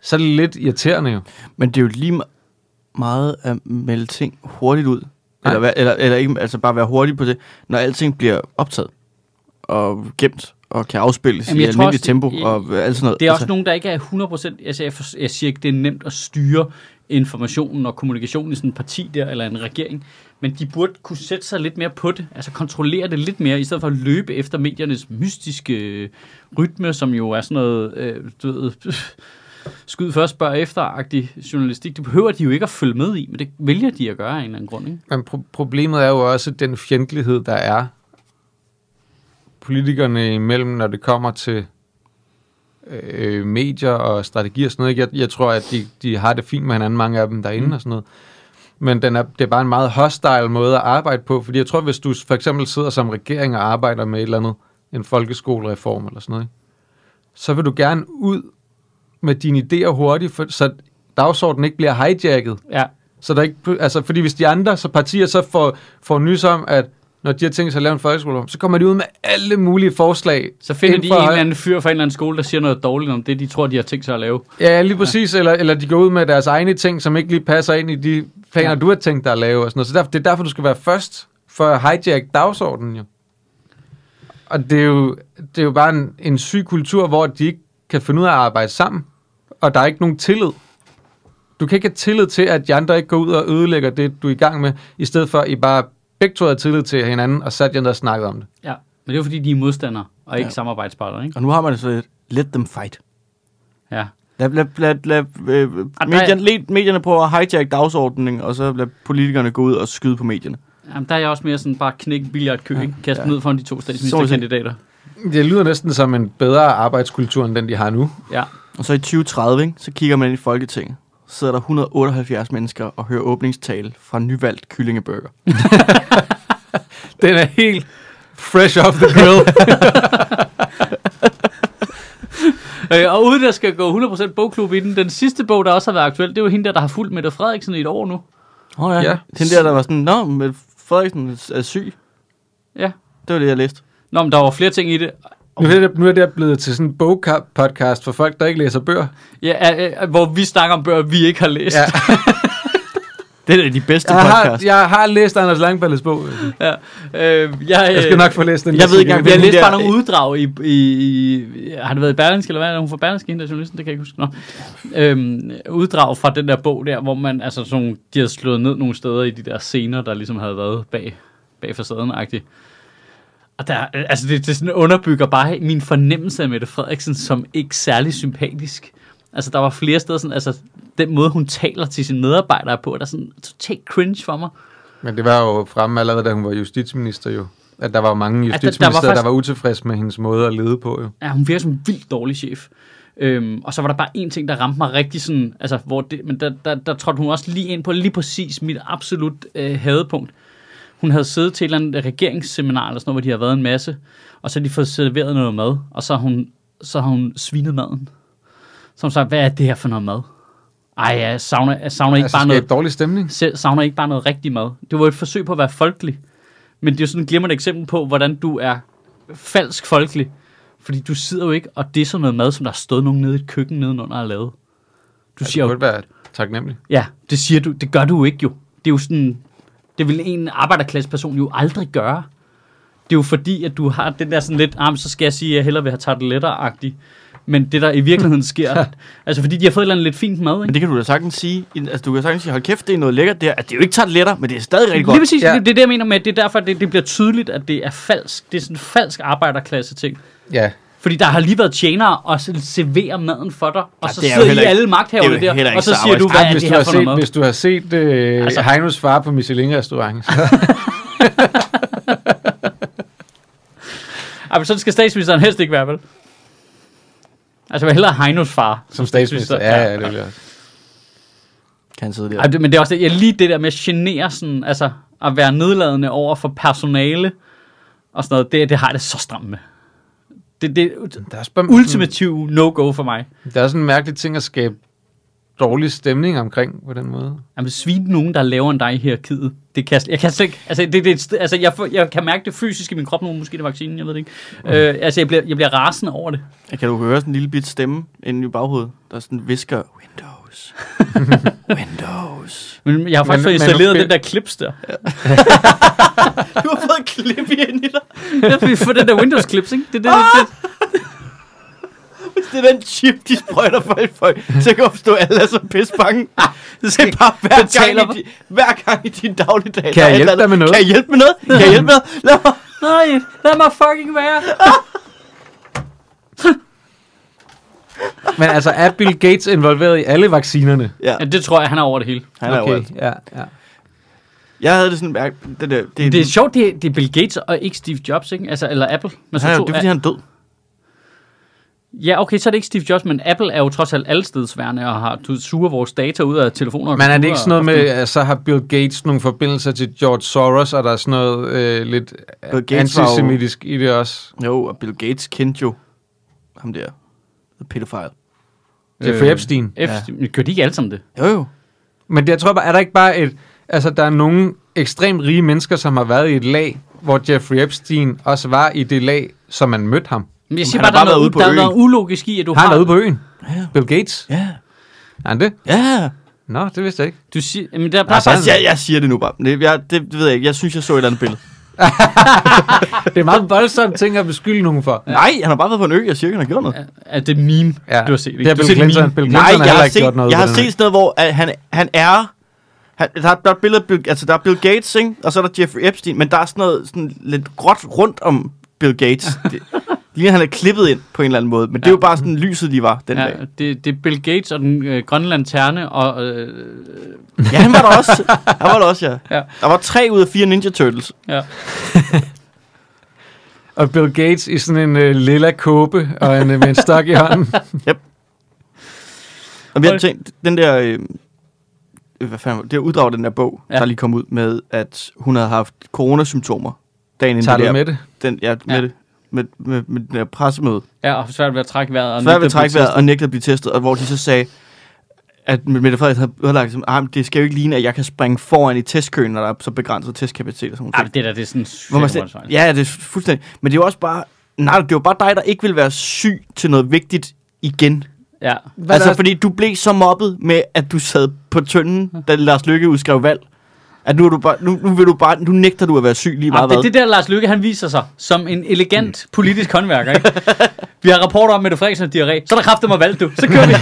A: så er det lidt irriterende jo.
C: Men det er jo lige me- meget at melde ting hurtigt ud.
A: Nej.
C: Eller, hvad- eller, eller ikke, altså bare være hurtig på det, når alting bliver optaget og gemt og kan afspilles
B: Jamen,
C: Jamen, i
B: jeg tror
C: almindeligt
B: også, det- i-
C: tempo og alt sådan noget.
B: Det er også
C: altså,
B: nogen, der ikke er 100%... Altså, jeg, for, jeg siger ikke, det er nemt at styre informationen og kommunikationen i sådan en parti der, eller en regering, men de burde kunne sætte sig lidt mere på det, altså kontrollere det lidt mere, i stedet for at løbe efter mediernes mystiske øh, rytme, som jo er sådan noget, øh, du ved, skyd først, spørg efter-agtig journalistik. Det behøver de jo ikke at følge med i, men det vælger de at gøre af en eller anden grund, ikke?
A: Men pro- problemet er jo også den fjendtlighed, der er politikerne imellem, når det kommer til øh, medier og strategier og sådan noget. ikke? Jeg, jeg tror, at de, de har det fint med hinanden, mange af dem derinde og sådan noget. Men den er, det er bare en meget hostile måde at arbejde på, fordi jeg tror, hvis du for eksempel sidder som regering og arbejder med et eller andet, en folkeskolereform eller sådan noget, ikke? så vil du gerne ud med dine idéer hurtigt, for, så dagsordenen ikke bliver hijacket.
B: Ja,
A: Så der ikke, altså, fordi hvis de andre så partier så får, får nys om, at når de har tænkt sig at lave en folkeskole, så kommer de ud med alle mulige forslag.
B: så finder
A: Inden
B: de en
A: for
B: eller
A: højre-
B: anden fyr fra en eller anden skole, der siger noget dårligt om det, de tror, de har tænkt sig at lave.
A: Ja, lige præcis. Eller, eller de går ud med deres egne ting, som ikke lige passer ind i de planer,
B: Ja.
A: ja. du har tænkt dig at lave. Og sådan noget. Så derfor, det er derfor, du skal være først for at hijack dagsordenen jo. Og det er jo, det er jo bare en, en syg kultur, hvor de ikke kan finde ud af at arbejde sammen. Og der er ikke nogen tillid. Du kan ikke have tillid til, at de andre ikke går ud og ødelægger det, du er i gang med, i stedet for, at I bare begge to har tillid til hinanden, og sat jer ned og snakket om det.
B: Ja, men det er jo fordi, de er modstandere, og ikke ja.
C: Ja.
B: samarbejdspartnere, ikke?
C: Og nu har man det så lidt, let them fight.
B: Ja.
C: Lad, lad, lad, lad, øh,
B: Ah, nej.
C: medierne, led, medierne prøver at hijack dagsordningen, og så lad politikerne gå ud og skyde på medierne.
B: Jamen, der er jeg også mere sådan bare knække billiardkø, ja, kaste ja. ned foran de to statsministerkandidater.
A: Det lyder næsten som en bedre arbejdskultur, end den, de har nu.
B: Ja.
C: Og så i 2030, ikke, så kigger man ind i Folketinget. Så sidder der 178 mennesker og hører åbningstale fra nyvalgt kyllingeburger.
A: Den er helt fresh off the grill.
B: Øh, og uden at skal gå 100% bogklub i den, den sidste bog, der også har været aktuel, det er jo hende der, der har fulgt Mette Frederiksen i et år nu.
C: Åh oh,
A: Ja.
C: Den der, der var sådan, nå, men Frederiksen er syg.
B: Ja.
C: Det var det, jeg læste.
B: Nå, men der var flere ting i det.
A: Nu er, det, nu er det blevet til sådan en bogpodcast for folk, der ikke læser bøger.
B: Ja, øh, øh, hvor vi snakker om bøger, vi ikke har læst. Ja.
A: Ja.
C: Det er de bedste
A: Jeg har,
C: podcast.
A: jeg har læst Anders Langballes bog.
B: ja. Øh, jeg,
A: Jeg skal nok få læst den.
C: Jeg ved ikke engang,
B: Jeg, jeg
C: hvilken
B: læste
C: der-
B: bare nogle uddrag i, i, i... Har det været i Berlingske, eller hvad? Er hun fra Berlingske, hende der journalisten? Det kan jeg ikke huske. Nå. Øhm, uddrag fra den der bog der, hvor man... Altså, sådan, nogle- de havde slået ned nogle steder i de der scener, der ligesom havde været bag, bag facaden -agtigt. Og der, øh, altså det, det sådan underbygger bare min fornemmelse af Mette Frederiksen som ikke særlig sympatisk. Altså der var flere steder sådan, altså den måde hun taler til sine medarbejdere på, der er sådan totalt cringe for mig.
A: Men det var jo fremme allerede, da hun var justitsminister jo. At der var jo mange
B: der- der var
A: justitsminister, der, var
B: faktisk-
A: der var utilfredse med hendes måde at lede på jo.
B: Ja, hun virker som en vildt dårlig chef. Øhm, og så var der bare en ting, der ramte mig rigtig sådan, altså, hvor det, men der, der, der trådte hun også lige ind på lige præcis mit absolut øh, hadepunkt. Hun havde siddet til et eller andet regeringsseminar, eller sådan noget, hvor de har været en masse, og så har de fået serveret noget mad, og så har hun, så har hun svinet maden. Så har hun sagt, hvad er det her for noget mad? Ej, jeg savner, jeg savner ikke
A: Altså,
B: bare
A: skabe
B: noget
A: dårlig stemning.
B: selv savner ikke bare noget rigtig mad. Det var et forsøg på at være folkelig. Men det er jo sådan et glimrende eksempel på, hvordan du er falsk folkelig. Fordi du sidder jo ikke og disser noget mad, som der har stået nogen nede i et køkken nedenunder og lavet. Du
A: Det
B: siger jo
A: burde være taknemmelig.
B: Ja, det siger du. Det gør du jo ikke jo. Det er jo sådan... Det vil en arbejderklasseperson jo aldrig gøre. Det er jo fordi, at du har den der sådan lidt, ah, men så skal jeg sige, at jeg hellere vil have tarteletter-agtig. Men det, der i virkeligheden sker... altså, fordi de har fået et eller andet lidt fint mad,
C: Men
B: ikke?
C: det kan du da sagtens sige. Altså, du kan sagtens sige, hold kæft, det er noget lækkert der. Altså, det er jo ikke taget lettere, men det er stadig rigtig
B: Lige
C: godt.
B: præcis,
A: Ja.
B: ja. det er det, jeg mener med, at det er derfor, det, det bliver tydeligt, at det er falsk. Det er sådan en falsk arbejderklasse-ting.
A: Ja,
B: Fordi der har lige været tjenere, og så serverer maden for dig, og
C: Ja,
B: så
C: det er jo
B: sidder I
C: heller ikke-
B: alle magthaverne
C: det er jo heller
B: der,
C: ikke
B: og så
C: så
B: siger du, hvad
A: Ej,
B: er
A: hvis,
B: det
A: du har
B: her for noget
A: set,
B: mad?
A: hvis du har set øh,
B: Altså-
A: altså, Heinos far på Michelin-restaurant, så
B: Ej, men sådan skal statsministeren helst ikke være, vel? Altså, jeg vil hellere Heinos far.
A: som statsminister. Ja, ja, det vil jeg også.
C: Kan han sidde der?
B: Ej, det, men det er også det, jeg lige det der med at genere sådan, altså at være nedladende over for personale og sådan noget, det, det har jeg det så stramt med. Det, det er
A: Der er, også bare,
B: ultimativ no-go for mig.
A: der er sådan en mærkelig ting at skabe dårlig stemning omkring på den måde.
B: Jamen, svine nogen, der laver end dig i hierarkiet. Det kan jeg, sl- jeg kan slet ikke, altså, det, det, er et sted- altså jeg, får- jeg kan mærke det fysisk i min krop nu, måske det er vaccinen, jeg ved det ikke. Øh, altså, jeg bliver, jeg bliver rasende over det.
C: Jeg kan du høre sådan en lille bit stemme inde i baghovedet, der sådan visker, Windows. Windows.
B: Men jeg har faktisk
A: Men-
B: fået
A: men-
B: installeret
A: men-
B: den der klips der.
C: Du har fået klip ind i dig.
B: Det er fordi, for den der Windows-klips, ikke? Det, det, det, det,
C: Det er den chip, de sprøjter for i folk. Så kan jeg forstå, at alle er så pisse bange. Det er bare hver
B: betaler
C: gang, i, di- hver gang i din dagligdag. der
A: jeg
C: er et
A: hjælpe
C: eller
A: dig med noget?
C: Kan jeg hjælpe med noget? Kan jeg hjælpe med noget? Lad mig.
B: Nej, lad mig fucking være.
A: Men altså, er Bill Gates involveret i alle vaccinerne?
B: Ja, det tror jeg, han er over det hele.
C: Han er okay.
A: ja, ja.
C: Jeg havde det sådan mærke, det der, det,
B: Det er sjovt, det er, det er Bill Gates og ikke Steve Jobs, ikke? Altså, eller Apple. Men så
C: han er,
B: to-
C: jo- det er fordi, han er død.
B: Ja, okay, så er det ikke Steve Jobs, men Apple er jo trods alt allestedsværende og har du suger vores data ud af telefoner. og
A: Men er det
B: computere
A: ikke sådan noget
B: og-
A: med, at så har Bill Gates nogle forbindelser til George Soros, og der er sådan noget øh, lidt
C: Bill Gates var jo-
A: antisemitisk i det også?
C: Jo, og Bill Gates kendte jo ham der. The pedophile.
A: Jeffrey
B: Øh.
A: Epstein.
B: F, ja. Gør de ikke alle sammen det?
C: Jo, jo.
A: Men det, jeg tror bare, er der ikke bare et... Altså, der er nogle ekstremt rige mennesker, som har været i et lag, hvor Jeffrey Epstein også var i det lag, som man mødte ham.
B: Men jeg siger
C: han
B: bare,
C: har
B: der er,
C: bare været
B: noget,
C: ude på
B: der er
C: øen.
B: noget ulogisk i, at du
A: Har
B: har...
A: han været ude på øen?
C: Ja.
A: Bill Gates?
C: Ja.
A: Er han det?
C: Ja.
A: Nå, det vidste jeg ikke.
B: Du siger, jamen, der er bare,
A: Altså,
B: bare
C: Altså, jeg, jeg siger det nu bare. Det, jeg, det, det ved jeg ikke. Jeg synes, jeg så et eller andet billede.
A: Det er meget voldsomt ting at beskylde nogen for.
C: Ja. Nej, han har bare været på en ø. Jeg siger ikke, han har gjort noget.
B: at det er meme,
A: Ja.
B: du har set. Ikke?
A: Det er
B: du har
A: Bill
B: set meme.
A: Clinton. Bill Clinton
C: Nej,
A: har
C: jeg
A: heller
C: har
A: ikke gjort
C: set,
A: noget
C: jeg
A: ved
C: har
A: den
C: set
A: her.
C: sådan noget, hvor at han, han er... Han, der, er- der, er et billede, af Bill, altså, der er Bill Gates, ikke? og så er der Jeffrey Epstein, men der er sådan noget sådan lidt gråt rundt om Bill Gates. Det, lige han er klippet ind på en eller anden måde, men det er jo bare sådan lyset, de var den ja. dag.
B: Ja, det, det er Bill Gates og den øh, grønne lanterne og... Øh,
C: Ja, han var der også. Han var der også, ja.
B: Ja.
C: ja. Der var tre ud af fire Ninja Turtles.
B: ja.
A: Og Bill Gates i sådan en øh, lilla kåbe og en, øh, med en stok i hånden.
C: Og vi har
B: Og-
C: tænkt, den der... Øh, øh, hvad fanden, var det? det er uddrag af den der bog,
B: Ja.
C: ja. der lige kom ud med, at hun havde haft coronasymptomer dagen inden
A: Tager
C: det
A: du
C: der,
A: med det?
C: Den, ja, med
B: Ja.
C: det. Med, med, med den der pressemøde.
B: ja, og svært ved at trække vejret. og nægte
C: Svært ved
B: at blive
C: trækvejret og nægte at blive testet, og hvor de så sagde, at Mette Frederiksen havde udlagt, som, ah, men det skal jo ikke ligne, at jeg kan springe foran i testkøen, når der er så begrænset testkapacitet. Og sådan
B: Ej,
C: noget.
B: men det der, det er sådan
C: Hvor man
B: sygt
C: sagde,
B: åndssvagt.
C: ja, ja, det er fuldstændig. Men det er jo også bare, nej, det var bare dig, der ikke ville være syg til noget vigtigt igen.
B: ja.
A: Hvad
C: altså,
A: der-
C: fordi du blev så mobbet med, at du sad på tønden, da Lars Lykke udskrev valg. At nu, er du bare, nu, nu, vil du bare, nu nægter du at være syg lige
B: Ah,
C: meget
B: det er
C: hvad.
B: det der, Lars Lykke, han viser sig som en elegant mm. politisk håndværker, ikke? Vi har rapporter om Mette Frederiksen og diarré. Så er der kraftet mig valgt, du. Så kører vi.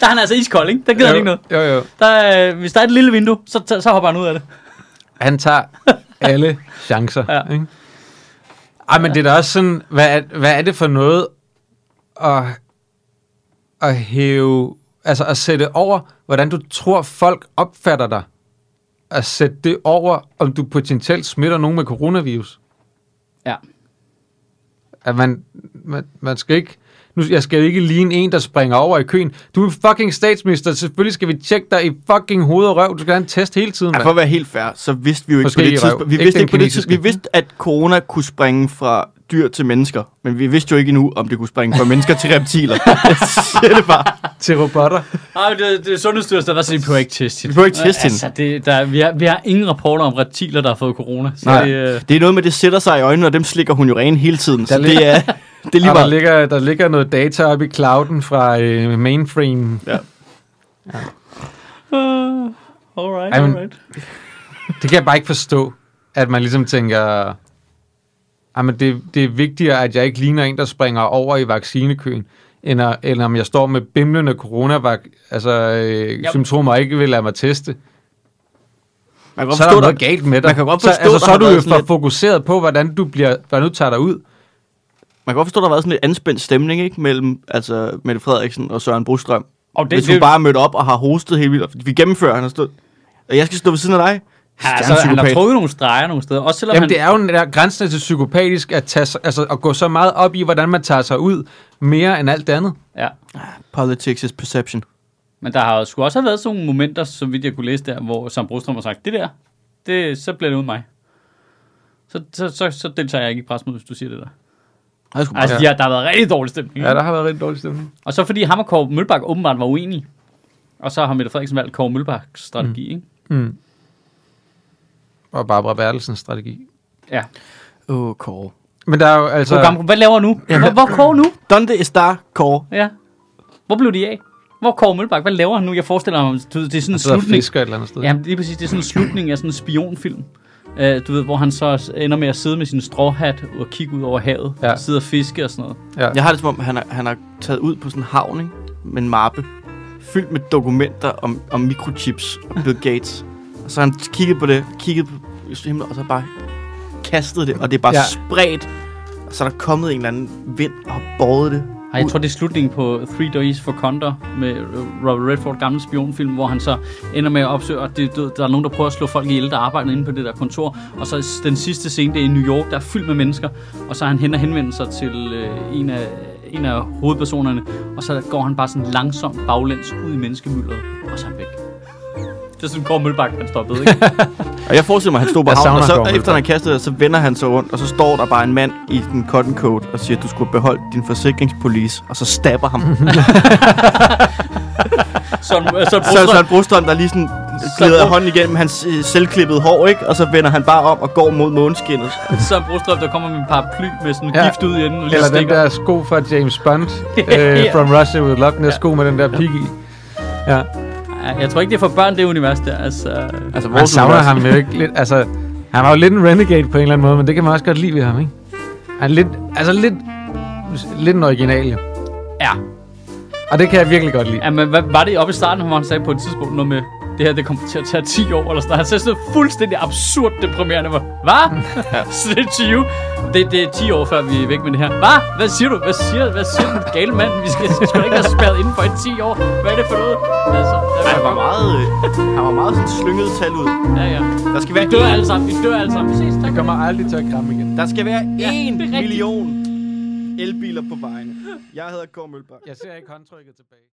B: der er han altså iskold, ikke? Der gider han ikke noget.
A: Jo, jo.
B: Der er, øh, hvis der er et lille vindue, så, så, så hopper han ud af det.
A: Han tager alle chancer.
B: Ja.
A: ja. ikke? Ej, men det er da også sådan, hvad er, hvad er det for noget at, at hæve, altså at sætte over, hvordan du tror, folk opfatter dig. At sætte det over, om du potentielt smitter nogen med coronavirus.
B: Ja.
A: At man, man, man skal ikke, nu, jeg skal ikke ligne en, der springer over i køen. Du er fucking statsminister, selvfølgelig skal vi tjekke dig i fucking hoved og røv. Du skal have en test hele tiden,
C: Ja, for
A: mand.
C: at være helt fair, så vidste vi jo ikke
A: Måske
C: på det
A: i røv.
C: tidspunkt. Vi
A: Ikke
C: vidste
A: den
C: ikke på det
A: kinesiske.
C: tidspunkt. Vi vidste, at corona kunne springe fra dyr til mennesker, men vi vidste jo ikke endnu, om det kunne springe fra mennesker til reptiler. Jeg siger det bare.
A: Til robotter.
B: Ej, men det, det er Sundhedsstyrelsen, der var sådan, de behøver ikke teste hende.
C: Vi behøver ikke teste hende.
B: Altså, det, der, vi, har, vi har ingen rapporter om reptiler, der har fået corona. Så
C: Nej.
B: Det, øh,
C: Det er noget med, det sætter sig i øjnene, og dem slikker hun jo rene hele tiden.
A: Der
C: Så
A: ligger-
C: det er, det er lige
A: Lige der,
C: meget.
A: ligger, der ligger noget data oppe i clouden fra øh, mainframe.
B: uh, alright,
A: Ej, men-
B: alright.
A: Det kan jeg bare ikke forstå, at man ligesom tænker, jamen det, det er vigtigere, at jeg ikke ligner en, der springer over i vaccinekøen, end, at, end om jeg står med bimlende coronavac- altså, øh,
B: Yep.
A: symptomer og ikke vil lade mig teste.
C: Man kan
A: Så er der
C: der-
A: noget galt med dig.
C: Man kan godt
A: så,
C: forstå,
A: altså,
C: der
A: så er
C: har
A: du
C: været
A: jo
C: sådan
A: for
C: lidt-
A: fokuseret på, hvordan du, bliver, hvordan du tager dig ud.
C: Man kan godt forstå, at der har været sådan lidt anspændt stemning ikke? mellem altså, Mette Frederiksen og Søren Brostrøm.
B: Og
C: Det, Hvis hun bare er mødt op og har hostet helt vildt, og vi gennemfører, han har stået, og jeg skal stå ved siden af dig.
B: han, altså, han har trukket nogle streger nogle steder. Også selvom
A: Jamen,
B: han,
A: det er jo en- der er grænsen til psykopatisk at, tage, sig- altså, at gå så meget op i, hvordan man tager sig ud, mere end alt det andet.
B: Ja.
C: Politics is perception.
B: Men der har sgu også have været sådan nogle momenter, som vidt jeg kunne læse der, hvor Sam Brostrøm har sagt, det der, det, så bliver det uden mig. Så, så, så, så deltager jeg ikke i pressemødet, hvis du siger det der.
C: Jeg skulle
B: Altså,
C: bare,
B: ja. der har været rigtig dårlig stemning.
A: Ja, der har været rigtig dårlig stemning.
B: Og så fordi ham og Kåre Mølbak åbenbart var uenige. Og så har Mette Frederiksen valgt Kåre Mølbaks strategi, mm. ikke?
A: Mm. Og Barbara Bertelsens strategi.
B: Ja.
C: Åh, oh, Kåre.
A: Men der er jo altså...
B: Program, hvad laver nu? Hvor, hvor er Kåre nu?
C: Donde Star Kåre.
B: Ja. Hvor blev de af? Hvor er Kåre Mølbak? Hvad laver han nu? Jeg forestiller mig, du ved, det Altså, er sådan en
A: sidder og
B: slutning.
A: fisker et eller andet sted.
B: Ja, lige præcis. Det er sådan en slutning af sådan en spionfilm. Uh, du ved, hvor han så ender med at sidde med sin stråhat og kigge ud over havet.
A: Ja.
B: Ja. Sidde og fiske og sådan noget.
A: Ja.
C: Jeg har det som om, han har, han har taget ud på sådan en havn, ikke? Med en mappe. Fyldt med dokumenter om, om mikrochips og Bill Gates. og så har han kigget på det, kigget på himlen, og så bare kastet det, og det er bare
A: Ja.
C: ja. spredt. Og så er der kommet en eller anden vind og har båret det.
B: Ej, jeg tror, det er slutningen på Three Days for Condor med øh, Robert Redford, gammel spionfilm, hvor han så ender med at opsøge, at det, der er nogen, der prøver at slå folk ihjel, der arbejder inde på det der kontor. Og så den sidste scene, det er i New York, der er fyldt med mennesker, og så er han hen og henvender sig til øh, en, af, en af hovedpersonerne, og så går han bare sådan langsomt baglæns ud i menneskemyldret, og så er han væk. Det er sådan, Kåre Mølbak, han stoppede, ikke?
C: Og jeg forestiller mig, at han stod på
A: Jeg savner
C: havnen, og så
A: Kåre
C: efter han har kastet det, så vender han sig rundt, og så står der bare en mand i den cotton coat og siger, at du skulle beholde din forsikringspolice, og så stabber ham.
B: Som, øh, så,
C: så er Søren Brostrøm, der lige sådan glider
B: Søren-
C: hånden igennem hans øh, selvklippede hår, ikke? Og så vender han bare om og går mod måneskinnet.
B: så Brostrøm, der kommer med en paraply med sådan
A: Ja.
B: ja. gift ud i enden, og lige
A: Eller den
B: stikker.
A: der sko fra James Bond, øh,
B: Ja.
A: From Russia With Love, den der sko med den der pig i. Ja.
B: Ej, Jeg tror ikke, det er for børn, det univers der. Altså,
C: Altså,
A: Man savner ham jo ikke lidt. Altså, han var jo lidt en renegade på en eller anden måde, men det kan man også godt lide ved ham, ikke? Han er lidt, altså lidt, lidt en original, jo.
B: ja.
A: Og det kan jeg virkelig godt lide.
B: ja men hvad, var det oppe i starten, hvor han sagde på et tidspunkt noget med, det her det kommer til at tage 10 år, eller sådan noget. Han sagde sådan noget fuldstændig absurd deprimerende. Hvor, Hvad? Så det er 20. Det, det er 10 år, før vi er væk med det her. Hvad? Hvad siger du? Hvad siger, hvad siger du, gale mand? Vi skal, vi skal ikke have spærret inden for i 10 år. Hvad er det for noget? Altså, der
C: Han var meget, øh, han var meget sådan slynget tal ud.
B: Ja, ja.
C: Der skal være
B: Vi dør
C: en,
B: alle sammen. Vi dør alle sammen. Vi ses. Tak.
A: kommer aldrig til at kramme igen.
C: der skal være
B: Ja,
C: en
B: det er rigtigt.
C: million elbiler på vejene. Jeg hedder Kåre Mølbak.
A: Jeg ser ikke håndtrykket tilbage.